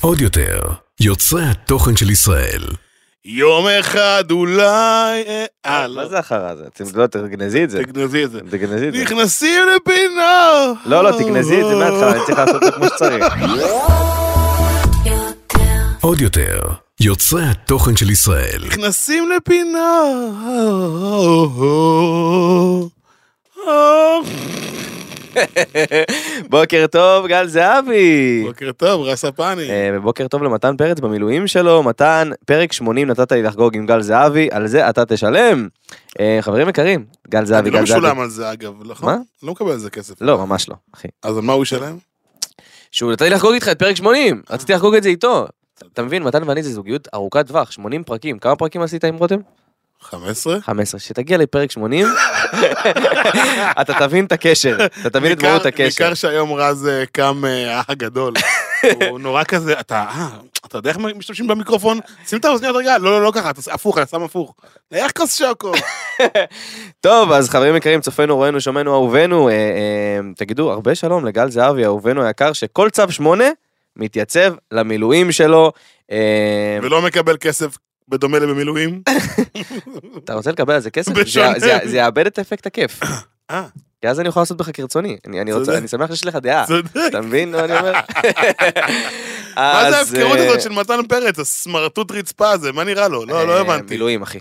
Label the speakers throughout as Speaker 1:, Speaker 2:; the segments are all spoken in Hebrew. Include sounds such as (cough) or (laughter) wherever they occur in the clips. Speaker 1: עוד יותר, יוצרי התוכן של ישראל.
Speaker 2: יום אחד אולי... אה, אה, לא.
Speaker 3: מה זה החרא הזה? אתם לא, תגנזי את זה.
Speaker 2: תגנזי את זה.
Speaker 3: תגנזי את זה.
Speaker 2: נכנסים לפינה!
Speaker 3: לא, לא, תגנזי את זה מההתחלה, אני צריך לעשות את זה כמו
Speaker 2: (laughs)
Speaker 3: שצריך.
Speaker 1: עוד יותר, יוצרי התוכן של ישראל.
Speaker 2: נכנסים לפינה.
Speaker 3: בוקר טוב, גל זהבי.
Speaker 2: בוקר טוב, רס הפני.
Speaker 3: אה, ובוקר טוב למתן פרץ במילואים שלו. מתן, פרק 80 נתת לי לחגוג עם גל זהבי, על זה אתה תשלם. אה, חברים יקרים, גל זהבי,
Speaker 2: אני לא
Speaker 3: גל זהבי.
Speaker 2: משולם על זה אגב, נכון?
Speaker 3: מה?
Speaker 2: לא מקבל על זה כסף.
Speaker 3: לא, ממש לא, אחי.
Speaker 2: אז על מה הוא ישלם?
Speaker 3: שהוא נתן לי לחגוג איתך את פרק 80, רציתי לחגוג את זה איתו. אתה מבין, מתן ואני זה זוגיות ארוכת טווח, 80 פרקים. כמה פרקים עשית עם רותם?
Speaker 2: 15?
Speaker 3: 15. שתגיע לפרק
Speaker 2: (laughs)
Speaker 3: 80, אתה תבין את הקשר, אתה תבין את
Speaker 2: בעיקר-
Speaker 3: מהות הקשר.
Speaker 2: בעיקר שהיום רז אה, קם אה, האח
Speaker 3: (laughs)
Speaker 2: הגדול. הוא נורא כזה, אתה אה, אתה יודע איך משתמשים במיקרופון? שים את האוזניות רגע, לא, לא, לא ככה, אתה הפוך, אתה שם הפוך. "אה, איך כוס
Speaker 3: (laughs)
Speaker 2: שוקו?
Speaker 3: טוב, אז חברים יקרים, צופינו, רואינו, שומענו, אהובנו, אה, אה, תגידו הרבה שלום לגל זהבי, אהובנו היקר, שכל צו 8 מתייצב למילואים שלו. אה,
Speaker 2: ולא מקבל כסף בדומה
Speaker 3: (laughs)
Speaker 2: לבמילואים?
Speaker 3: אתה רוצה לקבל על זה כסף?
Speaker 2: בשונה.
Speaker 3: זה- זה- זה יאבד את אפקט הכיף.
Speaker 2: אה.
Speaker 3: כי אז אני יכול לעשות בך כרצוני. אני אני רוצה-
Speaker 2: צודק.
Speaker 3: אני שמח שיש לך דעה.
Speaker 2: צודק.
Speaker 3: אתה מבין מה אני אומר?
Speaker 2: מה
Speaker 3: אז,
Speaker 2: זה ההפקרות
Speaker 3: אה,
Speaker 2: הזאת של מתן פרץ, הסמרטוט רצפה הזה, מה נראה לו? לא, לא
Speaker 3: אה,
Speaker 2: הבנתי.
Speaker 3: מילואים, אחי.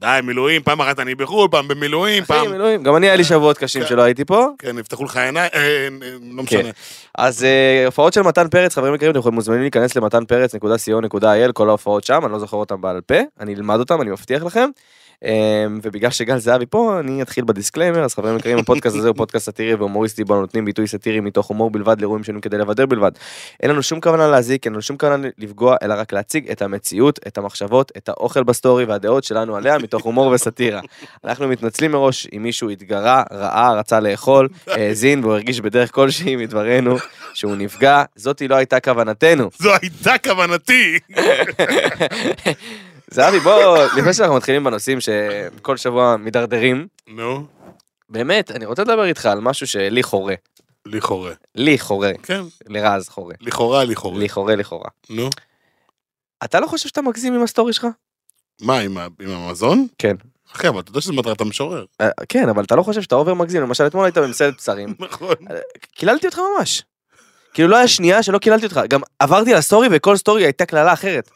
Speaker 2: די, מילואים, פעם אחת אני בחו"ל, פעם במילואים,
Speaker 3: אחי,
Speaker 2: פעם...
Speaker 3: מילואים. גם אני היה לי שבועות קשים
Speaker 2: כן.
Speaker 3: שלא הייתי פה.
Speaker 2: כן, נפתחו לך עיניים, אה, אה, לא
Speaker 3: כן.
Speaker 2: משנה.
Speaker 3: אז אה, הופעות של מתן פרץ, חברים יקרים, אתם יכולים- מוזמנים להיכנס למתן פרץ.co.il, כל ההופעות שם, אני לא זוכר אותן בעל פה, אני אלמד אותן, אני מבטיח לכם. אה, ובגלל שגל זהבי פה, אני אתחיל בדיסקליימר, אז חברים יקרים, הפודקאסט הזה הוא פודקאסט סאטירי והומוריסטי, בו אנו נותנים ביטוי סאטירי מתוך הומור בלבד לאירועים שונים כדי לבדר בלבד. אין לנו שום כוונה להזיק, אין לנו שום כוונה לפגוע, אלא רק להציג את המציאות, את המחשבות, את האוכל בסטורי והדעות שלנו עליה מתוך הומור וסאטירה. אנחנו מתנצלים מראש אם מישהו התגרה, ראה, רצה לאכול, האזין והוא הרגיש בדרך כלשהי מדברנו שהוא נפגע, זאתי לא הייתה כוונתנו.
Speaker 2: זו הייתה כוונתי. (laughs)
Speaker 3: זהבי, בוא, לפני שאנחנו מתחילים בנושאים שכל שבוע מידרדרים,
Speaker 2: נו,
Speaker 3: באמת, אני רוצה לדבר איתך על משהו שלי חורה.
Speaker 2: לכאורה.
Speaker 3: לי חורה,
Speaker 2: כן,
Speaker 3: לרז חורה.
Speaker 2: לכאורה, לכאורה.
Speaker 3: לי חורה, לכאורה.
Speaker 2: נו.
Speaker 3: אתה לא חושב שאתה מגזים עם הסטורי שלך?
Speaker 2: מה, עם ה- עם המזון?
Speaker 3: כן.
Speaker 2: אחי, אבל אתה יודע שזה מטרת
Speaker 3: (laughs)
Speaker 2: המשורר.
Speaker 3: אה, כן, אבל אתה לא חושב שאתה אובר מגזים, למשל אתמול היית במסעדת בשרים,
Speaker 2: נכון.
Speaker 3: קיללתי אותך ממש. כאילו לא היה שנייה שלא קיללתי אותך, גם עברתי לסטורי וכל סטורי הייתה קללה אחרת.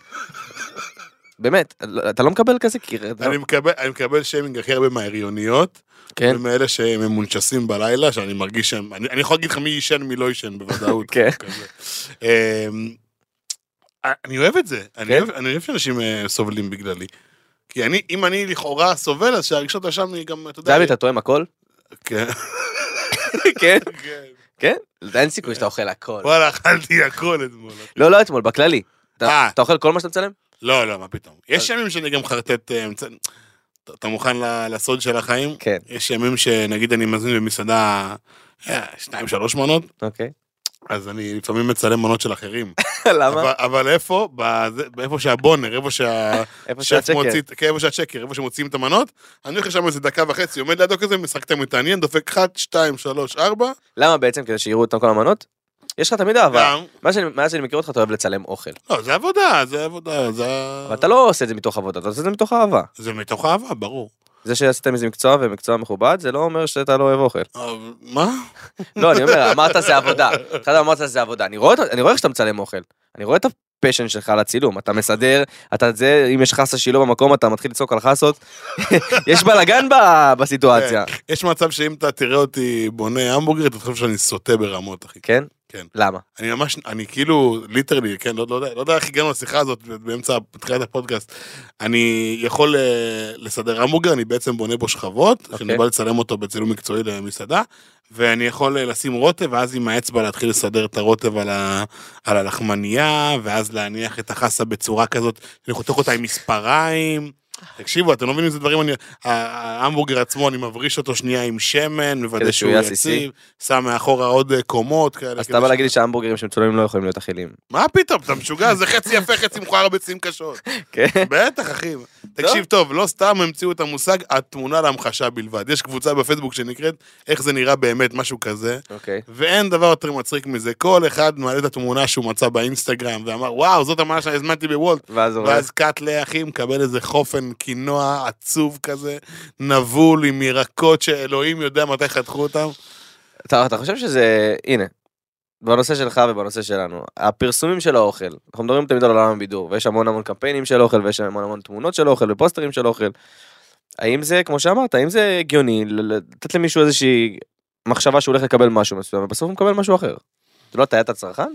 Speaker 3: באמת, לא- אתה לא מקבל כזה קיר... אתה-
Speaker 2: אני מקבל- אני מקבל שיימינג הכי הרבה מההריוניות,
Speaker 3: כן,
Speaker 2: ומאלה שממונצ'סים בלילה, שאני מרגיש שהם... אני אני יכול להגיד לך מי עישן, מי לא עישן, בוודאות.
Speaker 3: (laughs) כן.
Speaker 2: כזה. אמ, אה, אני אוהב את זה. אני
Speaker 3: כן?
Speaker 2: אוהב- אני אוהב שאנשים אה, סובלים בגללי. כי אני, אם אני לכאורה סובל, אז שהרגשות האשם היא גם, אתה יודע...
Speaker 3: דוד, אתה טועם הכל?
Speaker 2: (laughs) כן.
Speaker 3: כן.
Speaker 2: כן.
Speaker 3: כן? אין סיכוי שאתה אוכל הכל.
Speaker 2: וואלה, אכלתי הכל אתמול.
Speaker 3: לא, לא אתמול, בכללי. אתה-
Speaker 2: אה.
Speaker 3: אתה אוכל כל מה שאתה מצלם?
Speaker 2: לא, לא, מה פתאום. יש ימים שאני גם מחרטט... אה, מצ- אתה- אתה מוכן ל- לסוד של החיים?
Speaker 3: כן.
Speaker 2: יש ימים שנגיד אני מזמין במסעדה אה, שתיים, שלוש מנות,
Speaker 3: אוקיי. (laughs)
Speaker 2: אז אני לפעמים מצלם מנות של אחרים.
Speaker 3: למה?
Speaker 2: אבל- אבל איפה? בזה- באיפה שהבונר, איפה
Speaker 3: איפה
Speaker 2: שהשף
Speaker 3: שהצ'קר.
Speaker 2: מוציא, כן, איפה שהצ'קר, איפה שמוציאים את המנות, אני הולך לשם איזה דקה וחצי, עומד לידו כזה, משחק את המתעניין, דופק אחת, שתיים, שלוש, ארבע,
Speaker 3: כן. למה בעצם? כדי שיראו אותם כל המנות? יש לך תמיד אהבה.
Speaker 2: גם.
Speaker 3: מה שאני- מאז שאני מכיר אותך אתה אוהב לצלם אוכל.
Speaker 2: לא, זה עבודה, זה עבודה, זה...
Speaker 3: אבל
Speaker 2: אה.
Speaker 3: אתה לא עושה את זה מתוך עבודה, אתה עושה את זה מתוך אהבה.
Speaker 2: זה מתוך אהבה, ברור.
Speaker 3: זה שעשית מזה מקצוע ומקצוע מכובד, זה לא אומר שאתה לא אוהב אוכל.
Speaker 2: אבל מה?
Speaker 3: לא, אני אומר, אמרת זה עבודה. התחלת אמרת זה עבודה. אני רואה אותה- אני רואה איך שאתה מצלם אוכל. אני רואה את הפשן שלך לצילום. אתה מסדר, אתה זה, אם יש חסה שהיא לא במקום, אתה מתחיל לצעוק על חסות. (laughs) יש בלאגן ב- בסיטואציה.
Speaker 2: יש מצב שאם אתה תראה אותי בונה המבורגר, אתה חושב שאני סוטה ברמות, אחי.
Speaker 3: כן?
Speaker 2: כן.
Speaker 3: למה?
Speaker 2: אני ממש, אני כאילו, ליטרלי, כן, לא, לא, יודע- לא יודע איך הגענו לשיחה הזאת באמצע, בתחילת הפודקאסט. אני יכול אה, לסדר המבורגר, אני בעצם בונה בו שכבות, okay.
Speaker 3: אוקיי.
Speaker 2: שאני בא לצלם אותו בצילום מקצועי למסעדה, ואני יכול אה, לשים רוטב, ואז עם האצבע להתחיל לסדר את הרוטב על, ה, על הלחמנייה, ואז להניח את החסה בצורה כזאת, אני חותך אותה עם מספריים. תקשיבו, אתם לא מבינים איזה דברים אני... ה- ההמבורגר עצמו, אני מבריש אותו שנייה עם שמן, מוודא
Speaker 3: כדי שהוא
Speaker 2: שהוא
Speaker 3: יהיה עסיסי.
Speaker 2: יציב, שם מאחורה עוד אה, קומות כאלה.
Speaker 3: אז
Speaker 2: כדי
Speaker 3: אתה בא
Speaker 2: ש-
Speaker 3: להגיד לי שההמבורגרים שמצולמים לא יכולים להיות אכילים.
Speaker 2: מה פתאום, אתה משוגע? זה חצי יפה, חצי מכוער בצים קשות.
Speaker 3: כן?
Speaker 2: בטח, אחי. תקשיב טוב, לא סתם המציאו את המושג התמונה להמחשה בלבד. יש קבוצה בפייסבוק שנקראת איך זה נראה באמת, משהו כזה,
Speaker 3: אוקיי.
Speaker 2: ואין דבר יותר מצחיק מזה. כל אחד מעלה את התמונה שהוא מצא באינסטגרם ואמר, וואו, זאת המנה שהזמנתי בוולט.
Speaker 3: (laughs) ואז הוא רואה,
Speaker 2: ואז קאטלה אחי מקבל איזה חופן קינוע עצוב כזה, נבול עם ירקות שאלוהים יודע מתי חתכו אותם.
Speaker 3: אתה אתה חושב שזה, הנה, בנושא שלך ובנושא שלנו, הפרסומים של האוכל, אנחנו מדברים תמיד על עולם הבידור, ויש המון המון קמפיינים של אוכל, ויש המון המון תמונות של אוכל ופוסטרים של אוכל. האם זה, כמו שאמרת, האם זה הגיוני ל- ל- לתת למישהו איזושהי מחשבה שהוא הולך לקבל משהו מסוים, ובסוף הוא מקבל משהו אחר? זה לא הטיית הצרכן?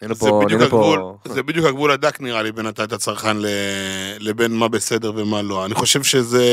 Speaker 3: היינו
Speaker 2: זה
Speaker 3: פה,
Speaker 2: בדיוק
Speaker 3: היינו פה-
Speaker 2: הגבול- זה בדיוק הגבול הדק נראה לי בין הטעת הצרכן ל- לבין מה בסדר ומה לא. אני חושב שזה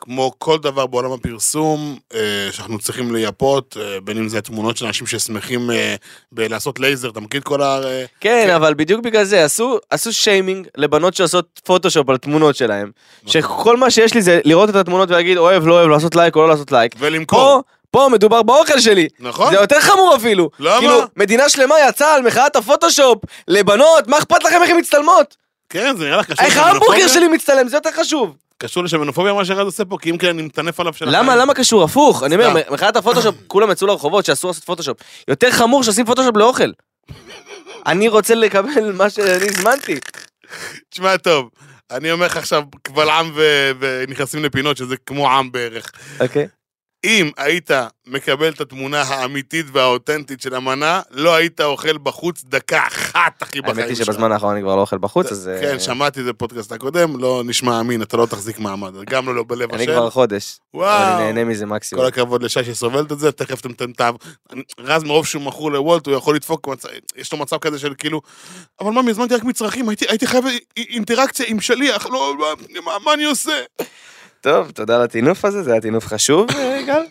Speaker 2: כמו כל דבר בעולם הפרסום, אה, שאנחנו צריכים לייפות, אה, בין אם זה תמונות של אנשים ששמחים אה, בלעשות לייזר, אתה מכיר את כל ה... אה,
Speaker 3: כן, אבל בדיוק בגלל זה עשו, עשו שיימינג לבנות שעושות פוטושופ על תמונות שלהם,
Speaker 2: נכון.
Speaker 3: שכל מה שיש לי זה לראות את התמונות ולהגיד אוהב, לא אוהב, לעשות לייק או לא לעשות לייק. פה,
Speaker 2: ולמכור,
Speaker 3: פה מדובר באוכל שלי.
Speaker 2: נכון?
Speaker 3: זה יותר חמור אפילו.
Speaker 2: למה?
Speaker 3: כאילו, מדינה שלמה יצאה על מחאת הפוטושופ לבנות, מה אכפת לכם איך הן מצטלמות?
Speaker 2: כן, זה נראה לך קשור
Speaker 3: איך
Speaker 2: אה?
Speaker 3: ההמבורגר שלי מצטלם, זה יותר חשוב.
Speaker 2: קשור לשמנופוביה מה שרז עושה פה, כי אם כן אני מטנף עליו של
Speaker 3: למה,
Speaker 2: החיים.
Speaker 3: למה קשור? הפוך, אני אומר,
Speaker 2: סתם. (coughs)
Speaker 3: מחאת הפוטושופ, כולם יצאו לרחובות שאסור לעשות פוטושופ. יותר חמור שעושים פוטושופ לאוכל. אני רוצה לקבל מה שאני הזמנתי.
Speaker 2: תשמע טוב, אני אומר לך עכשיו קבל עם ו- ונכנסים לפינות שזה כמו עם בערך.
Speaker 3: אוקיי.
Speaker 2: אם היית מקבל את התמונה האמיתית והאותנטית של המנה, לא היית אוכל בחוץ דקה אחת, אחי, בחיים שלך.
Speaker 3: האמת היא שבזמן האחרון אני כבר לא אוכל בחוץ, אז... אה,
Speaker 2: כן, שמעתי את זה בפודקאסט הקודם, לא נשמע אמין, אתה לא תחזיק מעמד, גם לא, לא בלב
Speaker 3: אני
Speaker 2: השם.
Speaker 3: כבר חודש.
Speaker 2: וואו.
Speaker 3: אני נהנה מזה
Speaker 2: כל
Speaker 3: מקסימום.
Speaker 2: הכבוד לשי שסובלת את זה, תכף אתם תנתב. רז מרוב שהוא מכור לוולט, הוא יכול לדפוק, מצ- יש לו מצב כזה של כאילו, אבל מה, הזמנתי רק מצרכים, הייתי, הייתי חייב אי- אי- אינטראקציה עם שליח, לא, מה, מה, מה אני עושה?
Speaker 3: טוב, תודה על הטינוף הזה, זה היה טינוף חשוב, אה, (laughs) גל.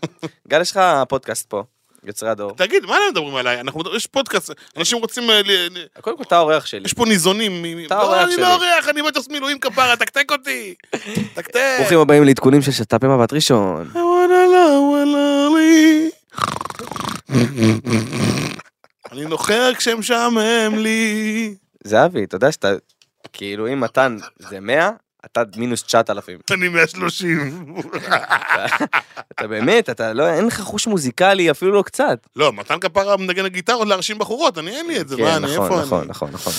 Speaker 3: גל, יש לך פודקאסט פה, יוצרי הדור.
Speaker 2: תגיד, מה אתם מדברים עליי? אנחנו, מדברים- יש פודקאסט, אנשים רוצים אה, ל- ל-
Speaker 3: קודם כל, אתה האורח שלי.
Speaker 2: יש פה ניזונים. מ- מ-
Speaker 3: אתה
Speaker 2: לא,
Speaker 3: האורח
Speaker 2: אני
Speaker 3: שלי.
Speaker 2: לא אורח, אני מטוס מילואים כפרה, תקתק
Speaker 3: (laughs)
Speaker 2: אותי. תקתק.
Speaker 3: ברוכים הבאים לעדכונים של שת"פ מבט ראשון.
Speaker 2: I wanna love, wanna love. אני נוחר כשמשעמם לי.
Speaker 3: זהבי, אתה יודע שאתה, כאילו, אם מתן זה 100, אתה מינוס 9,000.
Speaker 2: אני 130.
Speaker 3: אתה באמת, אתה לא, אין לך חוש מוזיקלי אפילו לא קצת.
Speaker 2: לא, מתן כפרה מנגן הגיטרות להרשים בחורות, אני אין לי את זה, מה,
Speaker 3: כן,
Speaker 2: אני
Speaker 3: נכון,
Speaker 2: איפה אני?
Speaker 3: נכון, נכון, (laughs) נכון.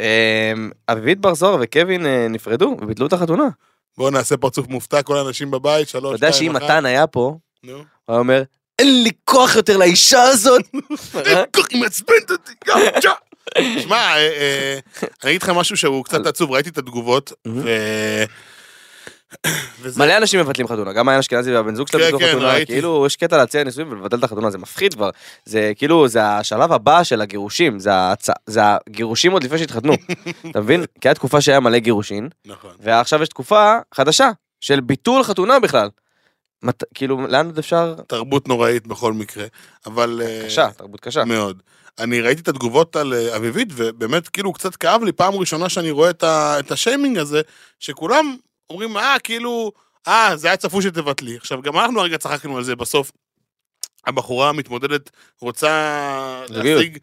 Speaker 3: אמ, אביבית בר זוהר וקווין אה, נפרדו וביטלו את החתונה.
Speaker 2: בואו נעשה פרצוף מופתע, כל האנשים בבית, שלוש,
Speaker 3: אתה יודע שאם
Speaker 2: שתיים, אחת.
Speaker 3: מתן היה פה, הוא
Speaker 2: נו.
Speaker 3: היה אומר, אין לי כוח יותר לאישה (laughs) הזאת. אה?
Speaker 2: אין כוח, היא מעצבנת אותי, גם, צ'ה. שמע, אה, אה, אני אגיד לך משהו שהוא קצת עצוב, ראיתי את התגובות, ו... וזה-
Speaker 3: מלא אנשים מבטלים חתונה, גם מעיין אשכנזי והבן זוג שלה
Speaker 2: כן,
Speaker 3: ביטלו
Speaker 2: כן,
Speaker 3: חתונה,
Speaker 2: ראיתי.
Speaker 3: כאילו יש קטע להציע נישואים ולבטל את החתונה, זה מפחיד כבר. זה כאילו, זה השלב הבא של הגירושים, זה הצ- זה הגירושים עוד
Speaker 2: (laughs)
Speaker 3: לפני שהתחתנו. אתה מבין? כי הייתה תקופה שהיה מלא גירושין,
Speaker 2: נכון.
Speaker 3: ועכשיו יש תקופה חדשה של ביטול חתונה בכלל. מת- כאילו, לאן עוד אפשר?
Speaker 2: תרבות נוראית בכל מקרה, אבל... אה,
Speaker 3: קשה, תרבות קשה.
Speaker 2: מאוד. אני ראיתי את התגובות על אה, אביבית, ובאמת, כאילו, קצת כאב לי, פעם ראשונה שאני רואה את, ה... את השיימינג הזה, שכולם אומרים, אה, כאילו, אה, זה היה צפוי שתבטלי. עכשיו, גם אנחנו הרגע צחקנו על זה בסוף. הבחורה המתמודדת רוצה
Speaker 3: זוגיות.
Speaker 2: להשיג...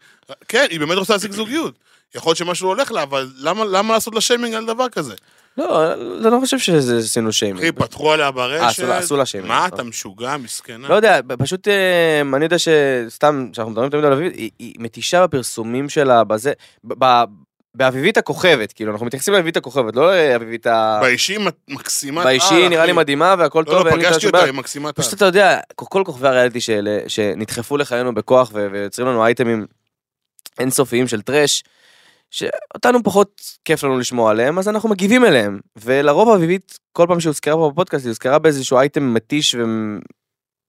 Speaker 2: כן, היא באמת רוצה להשיג זוגיות. יכול להיות שמשהו הולך לה, אבל למה, למה לעשות לה שיימינג על דבר כזה?
Speaker 3: לא, אני לא חושב שזה עשינו
Speaker 2: אחי,
Speaker 3: שיימינג.
Speaker 2: פתחו עליה
Speaker 3: אה,
Speaker 2: ברשת.
Speaker 3: עשו לה- עשו לה שיימינג.
Speaker 2: מה,
Speaker 3: נכון.
Speaker 2: אתה משוגע, מסכנה?
Speaker 3: לא יודע, ב- פשוט אה, אני יודע שסתם, כשאנחנו מדברים תמיד על אביבית, היא- היא מתישה בפרסומים שלה, בזה, ב- ב- באביבית הכוכבת, כאילו, אנחנו מתייחסים לאביבית הכוכבת, לא לאביבית ה...
Speaker 2: באישי מקסימת...
Speaker 3: באישי,
Speaker 2: על,
Speaker 3: נראה לי
Speaker 2: אחי.
Speaker 3: מדהימה והכל
Speaker 2: לא,
Speaker 3: טוב,
Speaker 2: לא,
Speaker 3: ואין לי את
Speaker 2: פגשתי
Speaker 3: השום
Speaker 2: אותה,
Speaker 3: בעיה.
Speaker 2: היא מקסימת... על.
Speaker 3: פשוט אתה יודע, כל- כל כוכבי הריאליטי של- שנדחפו לחיינו בכוח ו- ויוצרים לנו אייטמים אינסופיים של טראש, שאותנו פחות כיף לנו לשמוע עליהם, אז אנחנו מגיבים אליהם. ולרוב אביבית, כל פעם שהוזכרה פה בפודקאסט, היא הוזכרה באיזשהו אייטם מתיש ו...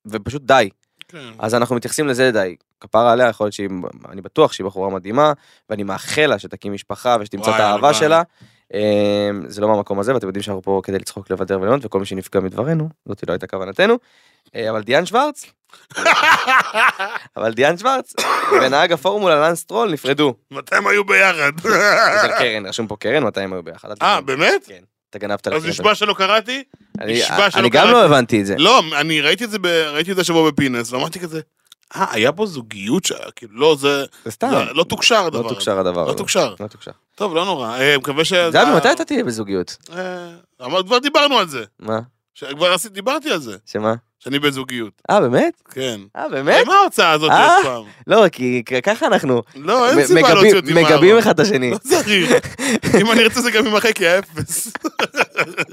Speaker 3: ופשוט די.
Speaker 2: כן.
Speaker 3: אז אנחנו מתייחסים לזה די. כפרה עליה, יכול להיות שהיא, אני בטוח שהיא בחורה מדהימה, ואני מאחל לה שתקים משפחה ושתמצא את
Speaker 2: וואי,
Speaker 3: האהבה
Speaker 2: הלוואי.
Speaker 3: שלה. אה, זה לא מהמקום הזה, ואתם יודעים שאנחנו פה כדי לצחוק, לבדר ולנות, וכל מי שנפגע מדברנו, זאת לא הייתה כוונתנו. אה, אבל דיאן שוורץ, אבל דיאן שוורץ ונהג הפורמולה לאן סטרול נפרדו.
Speaker 2: מתי הם היו
Speaker 3: (laughs)
Speaker 2: ביחד?
Speaker 3: זה קרן, רשום פה קרן, מתי הם היו ביחד. אל
Speaker 2: (laughs) אה,
Speaker 3: תגנוב.
Speaker 2: באמת?
Speaker 3: כן, אתה גנבת
Speaker 2: אז
Speaker 3: לקרן.
Speaker 2: נשבע שלא קראתי?
Speaker 3: אני-
Speaker 2: נשבע שלא
Speaker 3: אני גם
Speaker 2: קראתי.
Speaker 3: לא הבנתי את זה.
Speaker 2: לא, אני ראיתי את זה ב- ראיתי את זה השבוע בפינס, ואמרתי כזה, אה, היה פה זוגיות ש... כאילו, לא, זה...
Speaker 3: זה סתם.
Speaker 2: זה לא תוקשר הדבר
Speaker 3: לא
Speaker 2: הזה.
Speaker 3: תוקשר הדבר.
Speaker 2: לא
Speaker 3: הזה.
Speaker 2: תוקשר.
Speaker 3: לא תוקשר.
Speaker 2: טוב, לא נורא. אה, מקווה ש...
Speaker 3: דבי, מתי אתה תהיה בזוגיות?
Speaker 2: אה, אמרת, כבר דיברנו על זה.
Speaker 3: מה?
Speaker 2: ש- כבר עשיתי- דיברתי על זה.
Speaker 3: שמה?
Speaker 2: שאני בזוגיות.
Speaker 3: אה, באמת?
Speaker 2: כן.
Speaker 3: אה, באמת?
Speaker 2: מה ההוצאה הזאת
Speaker 3: אה?
Speaker 2: עוד פעם?
Speaker 3: לא, כי כ- ככה אנחנו.
Speaker 2: לא, אין
Speaker 3: מ-
Speaker 2: סיבה
Speaker 3: מגבים-
Speaker 2: להוציא אותי מהארון.
Speaker 3: מגבים אחד את השני.
Speaker 2: לא
Speaker 3: (laughs)
Speaker 2: צריך. אם אני ארצה זה גם יימחק, יא אפס.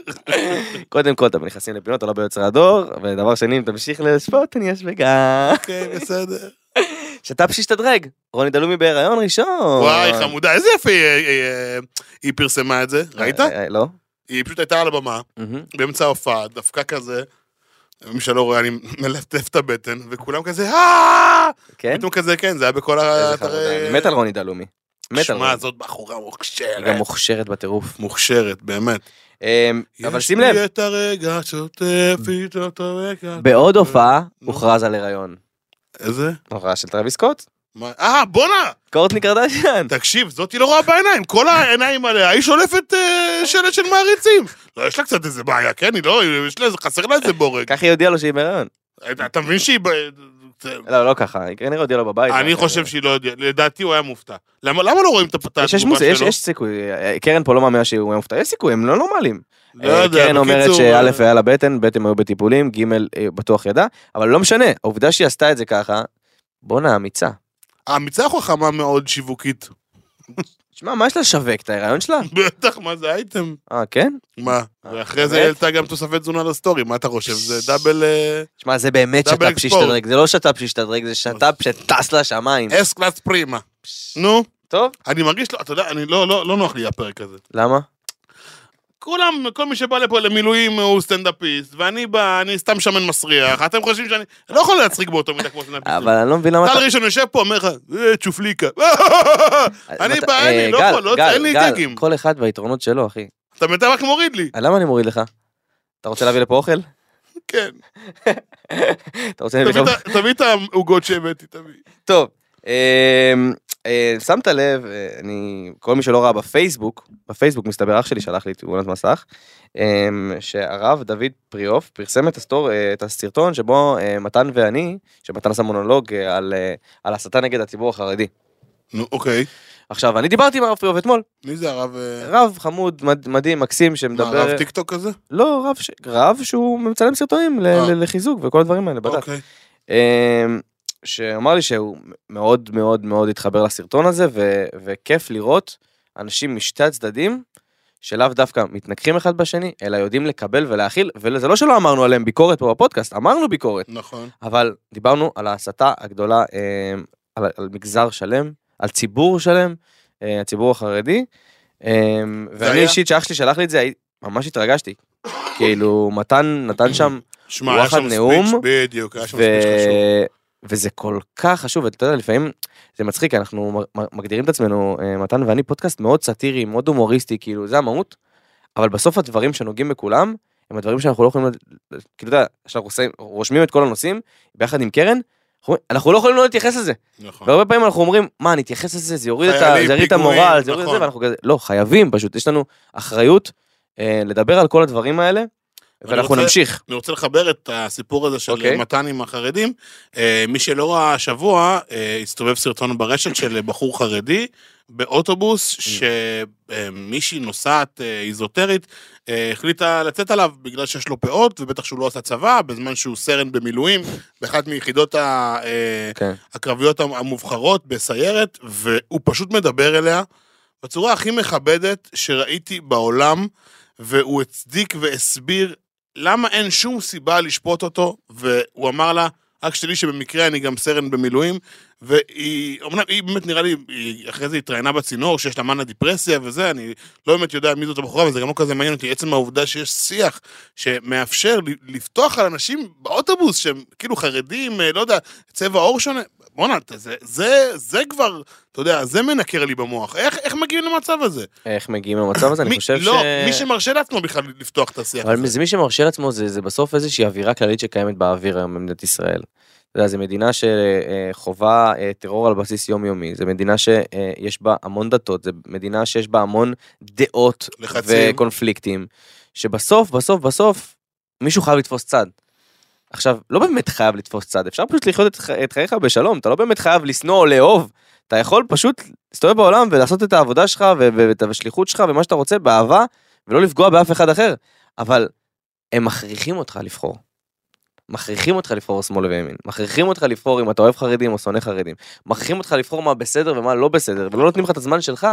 Speaker 2: (laughs)
Speaker 3: קודם כל, אתם נכנסים לפינות, אתה לא ביוצר הדור, ודבר שני, אם תמשיך לשפוט, אני אשבגה.
Speaker 2: כן, בסדר.
Speaker 3: שת"פ שהשתדרג, רוני דלומי בהיריון ראשון.
Speaker 2: וואי, חמודה, איזה יפה היא- היא- היא- היא פרסמה את זה. ראית?
Speaker 3: אה. אה, אה, לא.
Speaker 2: היא פשוט הייתה על הבמה,
Speaker 3: מהמם.
Speaker 2: באמצע ההופעה, דפקה כזה. מי שלא רואה, אני מלטף את הבטן, וכולם כזה, "אה!"
Speaker 3: כן?
Speaker 2: פתאום כזה, כן, זה היה בכל
Speaker 3: איזה
Speaker 2: האתרי...
Speaker 3: חמודה. אני מת על רוני דלומי. מת על
Speaker 2: שמע,
Speaker 3: רוני.
Speaker 2: זאת בחורה
Speaker 3: היא גם
Speaker 2: מוכשרת.
Speaker 3: מוכשרת בטירוף.
Speaker 2: מוכשרת, באמת.
Speaker 3: אמ, אבל
Speaker 2: יש
Speaker 3: שים
Speaker 2: לי
Speaker 3: לב,
Speaker 2: את הרגע שוטף איתו את הרגע.
Speaker 3: בעוד הופעה
Speaker 2: נו.
Speaker 3: הוכרז על הריון.
Speaker 2: איזה?
Speaker 3: הופעה של טרוויס קוט.
Speaker 2: מה? אה, בואנה!
Speaker 3: קורטני קרדשיאן. (laughs)
Speaker 2: תקשיב, זאתי לא רואה בעיניים, כל העיניים עליה, היא שולפת אה, שלט של מעריצים. לא, יש לה קצת איזה בעיה, כן? היא לא, יש לה איזה, חסר לה איזה בורג.
Speaker 3: (laughs) ככה היא הודיעה לו שהיא בהיריון.
Speaker 2: אתה אתה מבין שהיא... ב-
Speaker 3: לא, לא ככה, היא כנראה הודיעה לו בבית.
Speaker 2: אני חושב שהיא לא יודעת, לדעתי הוא היה מופתע. למה למה לא רואים את הפ- את
Speaker 3: יש- יש
Speaker 2: התגובה
Speaker 3: מוז- יש-
Speaker 2: שלו?
Speaker 3: יש סיכוי, אה, קרן פה לא מאמינה שהוא היה מופתע, יש סיכוי, הם לא נורמלים.
Speaker 2: לא יודע,
Speaker 3: אה, קרן אומרת
Speaker 2: בקיצור, אה,
Speaker 3: שא' היה לה בטן, ב' הם היו בטיפולים, ג' אה, בטוח ידע, אבל לא משנה, העובדה שהיא עשתה את זה ככה, בואנה אמיצה. אה.
Speaker 2: האמיצה חכמה מאוד שיווקית. (laughs)
Speaker 3: שמע, מה יש לה לשווק? את ההיריון שלה?
Speaker 2: בטח, מה זה אייטם?
Speaker 3: אה, כן?
Speaker 2: מה? ואחרי זה
Speaker 3: באמת?
Speaker 2: העלתה גם תוספי תזונה לסטורי, מה אתה חושב? זה דאבל... אה,
Speaker 3: שמע, זה באמת
Speaker 2: דאבל
Speaker 3: שת"פ
Speaker 2: אקספורט. אה.
Speaker 3: שהשתדרג, זה לא שת"פ שהשתדרג, זה שת"פ שטס לשמיים.
Speaker 2: אס קלאס פרימה. נו,
Speaker 3: טוב,
Speaker 2: אני מרגיש לא, אתה יודע, אני לא, לא, לא נוח לי הפרק הזה.
Speaker 3: למה?
Speaker 2: כולם, כל מי שבא לפה למילואים הוא סטנדאפיסט, ואני בא, אני סתם שמן מסריח, אתם חושבים שאני לא יכול להצחיק באותו מידה כמו סטנדאפיסט.
Speaker 3: אבל אני לא מבין למה
Speaker 2: טל
Speaker 3: אתה...
Speaker 2: ראשון יושב פה, אומר לך, "אה,
Speaker 3: (laughs)
Speaker 2: צ'ופליקה. (laughs) אני
Speaker 3: אתה-
Speaker 2: בא, אין לי,
Speaker 3: אה,
Speaker 2: לא
Speaker 3: גל,
Speaker 2: יכול, לא-
Speaker 3: גל,
Speaker 2: אין לי
Speaker 3: גל,
Speaker 2: טגים.
Speaker 3: כל אחד והיתרונות שלו, אחי.
Speaker 2: אתה בינתיים רק מוריד לי.
Speaker 3: אה, למה אני מוריד לך? אתה רוצה להביא לפה אוכל?
Speaker 2: כן.
Speaker 3: אתה רוצה להביא
Speaker 2: תביא
Speaker 3: לפה...
Speaker 2: את ה- תביא את העוגות שהבאתי, תביא.
Speaker 3: טוב, אמ, אה, שמת לב, אה, אני, כל מי שלא ראה בפייסבוק, בפייסבוק מסתבר אח שלי שלח לי תמונת מסך, אמ, שהרב דוד פריאוף פרסם את, הסטור, אה, את הסרטון שבו אה, מתן ואני, שמתן עשה מונולוג אה, על, אה, על הסתה נגד הציבור החרדי.
Speaker 2: נו, אוקיי.
Speaker 3: עכשיו, אני דיברתי עם הרב פריאוף אתמול,
Speaker 2: מי זה הרב... אה,
Speaker 3: רב חמוד, מד, מדהים, מקסים,
Speaker 2: מה,
Speaker 3: שמדבר...
Speaker 2: הרב טיקטוק כזה?
Speaker 3: לא, רב, ש... רב שהוא מצלם סרטונים ל...
Speaker 2: אה.
Speaker 3: ל- לחיזוק וכל הדברים האלה, בדק.
Speaker 2: אוקיי.
Speaker 3: אמ, שאמר לי שהוא מאוד מאוד מאוד התחבר לסרטון הזה, ו- וכיף לראות אנשים משתי הצדדים, שלאו דווקא מתנגחים אחד בשני, אלא יודעים לקבל ולהכיל, וזה לא שלא אמרנו עליהם ביקורת פה בפודקאסט, אמרנו ביקורת,
Speaker 2: נכון.
Speaker 3: אבל דיברנו על ההסתה הגדולה, אמ, על, על מגזר שלם, על ציבור שלם, אה, הציבור החרדי, אמ, ואני
Speaker 2: היה-
Speaker 3: אישית, שאח שלי שלח לי את זה, הי- ממש התרגשתי. כאילו, מתן נתן שם
Speaker 2: שמע,
Speaker 3: הוא
Speaker 2: היה
Speaker 3: אחד
Speaker 2: שם
Speaker 3: נאום,
Speaker 2: ספיץ', בדיוק, היה שם
Speaker 3: ו...
Speaker 2: ספיץ' חשוב.
Speaker 3: וזה כל כך חשוב, ואתה יודע, לפעמים זה מצחיק, כי אנחנו מ- מ- מגדירים את עצמנו, אה, מתן ואני, פודקאסט מאוד סאטירי, מאוד הומוריסטי, כאילו, זה המהות, אבל בסוף הדברים שנוגעים בכולם, הם הדברים שאנחנו לא יכולים, ל- כאילו, אתה יודע, שאנחנו עושים- רושמים את כל הנושאים, ביחד עם קרן, אנחנו אומרים, אנחנו לא יכולים לא להתייחס לזה.
Speaker 2: נכון.
Speaker 3: והרבה פעמים אנחנו אומרים, מה, אני אתייחס לזה, זה יוריד את ה-
Speaker 2: חיילים,
Speaker 3: זה יוריד את
Speaker 2: פיגועים,
Speaker 3: המורל, זה יוריד את
Speaker 2: נכון.
Speaker 3: זה, ואנחנו כזה, לא, חייבים פשוט, יש לנו אחריות אה, לדבר על כל הדברים האלה, ואנחנו
Speaker 2: רוצה-
Speaker 3: נמשיך.
Speaker 2: אני רוצה לחבר את הסיפור הזה של
Speaker 3: אוקיי.
Speaker 2: מתן עם החרדים. אה, מי שלא ראה השבוע, אה, הסתובב סרטון ברשת של בחור חרדי באוטובוס שמישהי נוסעת אה, איזוטרית אה, החליטה לצאת עליו בגלל שיש לו פאות, ובטח שהוא לא עשה צבא, בזמן שהוא סרן במילואים, באחת מיחידות ה- אה,
Speaker 3: כן.
Speaker 2: הקרביות המ- המובחרות בסיירת, והוא פשוט מדבר אליה בצורה הכי מכבדת שראיתי בעולם, והוא הצדיק והסביר למה אין שום סיבה לשפוט אותו, והוא אמר לה, רק שתדעי שבמקרה אני גם סרן במילואים, והיא, אמנם היא באמת נראה לי, היא אחרי זה התראיינה בצינור שיש לה מנה דיפרסיה וזה, אני לא באמת יודע מי זאת הבחורה, וזה גם לא כזה מעניין אותי, עצם העובדה שיש שיח שמאפשר ל- לפתוח על אנשים באוטובוס שהם כאילו חרדים, אה, לא יודע, צבע עור שונה, בואנה, אתה- זה, זה, זה כבר, אתה יודע, זה מנקר לי במוח, איך, איך מגיעים למצב הזה?
Speaker 3: איך מגיעים למצב הזה,
Speaker 2: מי,
Speaker 3: אני חושב ש...
Speaker 2: לא, מי שמרשה לעצמו בכלל לפתוח את השיח
Speaker 3: אבל
Speaker 2: הזה.
Speaker 3: זה מי שמרשה לעצמו זה, זה בסוף איזושהי אווירה כללית שקיימת באוויר היום במדינת ישראל. אתה יודע, זו מדינה שחווה אה, טרור על בסיס יומיומי, זו מדינה שיש בה המון דתות, זו מדינה שיש בה המון דעות
Speaker 2: לחצים.
Speaker 3: וקונפליקטים, שבסוף, בסוף, בסוף, מישהו חייב לתפוס צד. עכשיו, לא באמת חייב לתפוס צד, אפשר פשוט לחיות את, ח- את חייך בשלום, אתה לא באמת חייב לשנוא או לאהוב, אתה יכול פשוט להסתובב בעולם ולעשות את העבודה שלך ו- ו- ואת השליחות שלך ומה שאתה רוצה באהבה, ולא לפגוע באף אחד אחר, אבל הם מכריחים אותך לבחור. מכריחים אותך לבחור שמאל וימין, מכריחים אותך לבחור אם אתה אוהב חרדים או שונא חרדים, מכריחים אותך לבחור מה בסדר ומה לא בסדר, ולא נותנים לך את הזמן שלך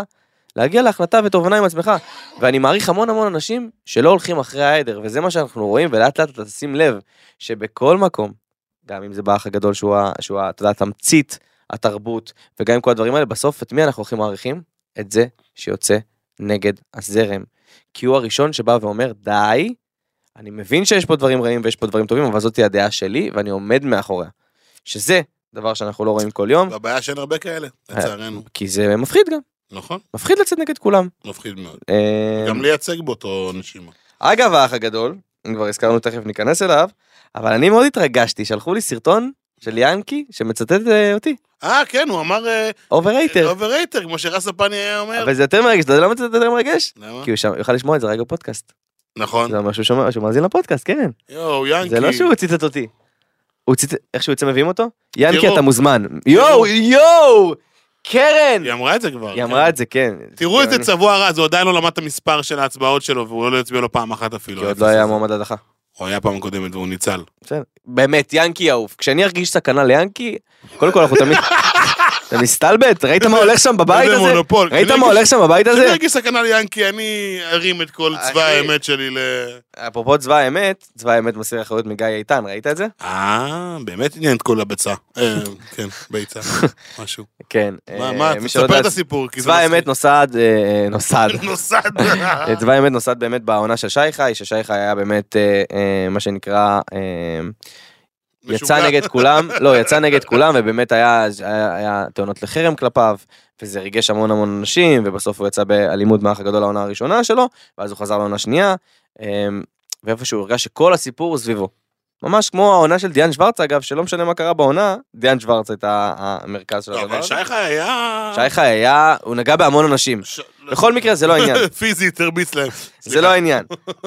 Speaker 3: להגיע להחלטה ותובנה עם עצמך. ואני מעריך המון המון אנשים שלא הולכים אחרי העדר, וזה מה שאנחנו רואים, ולאט לאט אתה תשים לב שבכל מקום, גם אם זה באח הגדול שהוא, ה- שהוא ה- אתה יודע, תמצית התרבות, וגם עם כל הדברים האלה, בסוף את מי אנחנו הכי מעריכים? את זה שיוצא נגד הזרם. כי הוא הראשון שבא ואומר, די, אני מבין שיש פה דברים רעים ויש פה דברים טובים, אבל זאתי הדעה שלי, ואני עומד מאחוריה. שזה דבר שאנחנו לא רואים כל יום,
Speaker 2: והבעיה שאין הרבה כאלה,
Speaker 3: אה.
Speaker 2: לצערנו.
Speaker 3: כי זה מפחיד גם,
Speaker 2: נכון?
Speaker 3: מפחיד לצאת נגד כולם.
Speaker 2: מפחיד מאוד.
Speaker 3: אה,
Speaker 2: גם לייצג באותו נשימה.
Speaker 3: אגב, האח הגדול, אם כבר הזכרנו, תכף ניכנס אליו, אבל אני מאוד התרגשתי, שלחו לי סרטון של ינקי שמצטט אה, אותי,
Speaker 2: אה, כן, הוא אמר... אה,
Speaker 3: אוברייטר.
Speaker 2: אוברייטר, כמו שרס הפני היה אומר.
Speaker 3: אבל זה יותר מרגש, אתה יודע למה זה יותר מרגש?
Speaker 2: למה?
Speaker 3: כי הוא שם- הוא יוכל לשמוע את זה רק בפודקאסט.
Speaker 2: נכון.
Speaker 3: זה אומר שהוא שומע- שהוא מאזין לפודקאסט, כן.
Speaker 2: יואו, ינקי.
Speaker 3: זה לא שהוא ציטט אותי. הוא ציטט, איך שהוא יוצא מביאים אותו? ינקי,
Speaker 2: תראו.
Speaker 3: אתה מוזמן. יואו, יואו! קרן!
Speaker 2: היא אמרה את זה כבר.
Speaker 3: היא אמרה את זה, כן.
Speaker 2: תראו איזה
Speaker 3: אני-
Speaker 2: צבוע רע, זה הוא עדיין לא למד את המספר של ההצבעות שלו, והוא לא הצביע לו פעם אחת אפילו.
Speaker 3: כי עוד לא היה מועמד הדחה.
Speaker 2: הוא היה פעם קודמת והוא ניצל.
Speaker 3: בסדר. באמת, ינקי אהוב. כשאני ארגיש סכנה ליאנקי, קודם כל אנחנו תמיד... אתה מסתלבט? ראית מה הולך שם בבית
Speaker 2: איזה
Speaker 3: הזה?
Speaker 2: מונופול. כאילו
Speaker 3: ראית
Speaker 2: אני
Speaker 3: מה הולך שם בבית
Speaker 2: אני
Speaker 3: הזה?
Speaker 2: ארגיש סכנה ליאנקי, אני ארים את כל
Speaker 3: אחי.
Speaker 2: צבא האמת שלי ל...
Speaker 3: אפרופו צבא האמת, צבא האמת מסיר אחריות מגיא איתן, ראית את זה?
Speaker 2: אה, באמת עניין את כל הביצה. אה, כן,
Speaker 3: (laughs)
Speaker 2: ביצה, משהו.
Speaker 3: כן.
Speaker 2: מה,
Speaker 3: אה,
Speaker 2: מה,
Speaker 3: מי שלא
Speaker 2: תספר את
Speaker 3: יודע,
Speaker 2: הסיפור, כי זה
Speaker 3: צבא
Speaker 2: מצחיק.
Speaker 3: האמת נוסד, אה,
Speaker 2: (laughs)
Speaker 3: נוסד.
Speaker 2: נוסד.
Speaker 3: אה, צבא האמת נוסד באמת בעונה של שי חי, ששי חי היה באמת אה, אה, מה שנקרא, אה, (laughs) יצא
Speaker 2: משוגע.
Speaker 3: נגד כולם, לא, יצא נגד כולם, ובאמת היה, היה, היה טענות לחרם כלפיו, וזה ריגש המון המון אנשים, ובסוף הוא יצא באלימות מהאח הגדול לעונה הראשונה שלו, ואז הוא חזר לעונה שנייה, אמ, ואיפשהו הוא הרגש שכל הסיפור הוא סביבו. ממש כמו העונה של דיאן שוורץ, אגב, שלא משנה מה קרה בעונה, דיאן שוורץ הייתה המרכז של
Speaker 2: לא,
Speaker 3: הדבר
Speaker 2: אבל
Speaker 3: הזה.
Speaker 2: שייך היה...
Speaker 3: שייך היה, הוא נגע בהמון אנשים.
Speaker 2: ש-
Speaker 3: בכל מקרה, זה לא העניין.
Speaker 2: (laughs) פיזית, הרביץ
Speaker 3: (laughs)
Speaker 2: להם.
Speaker 3: זה לא
Speaker 2: (laughs)
Speaker 3: העניין.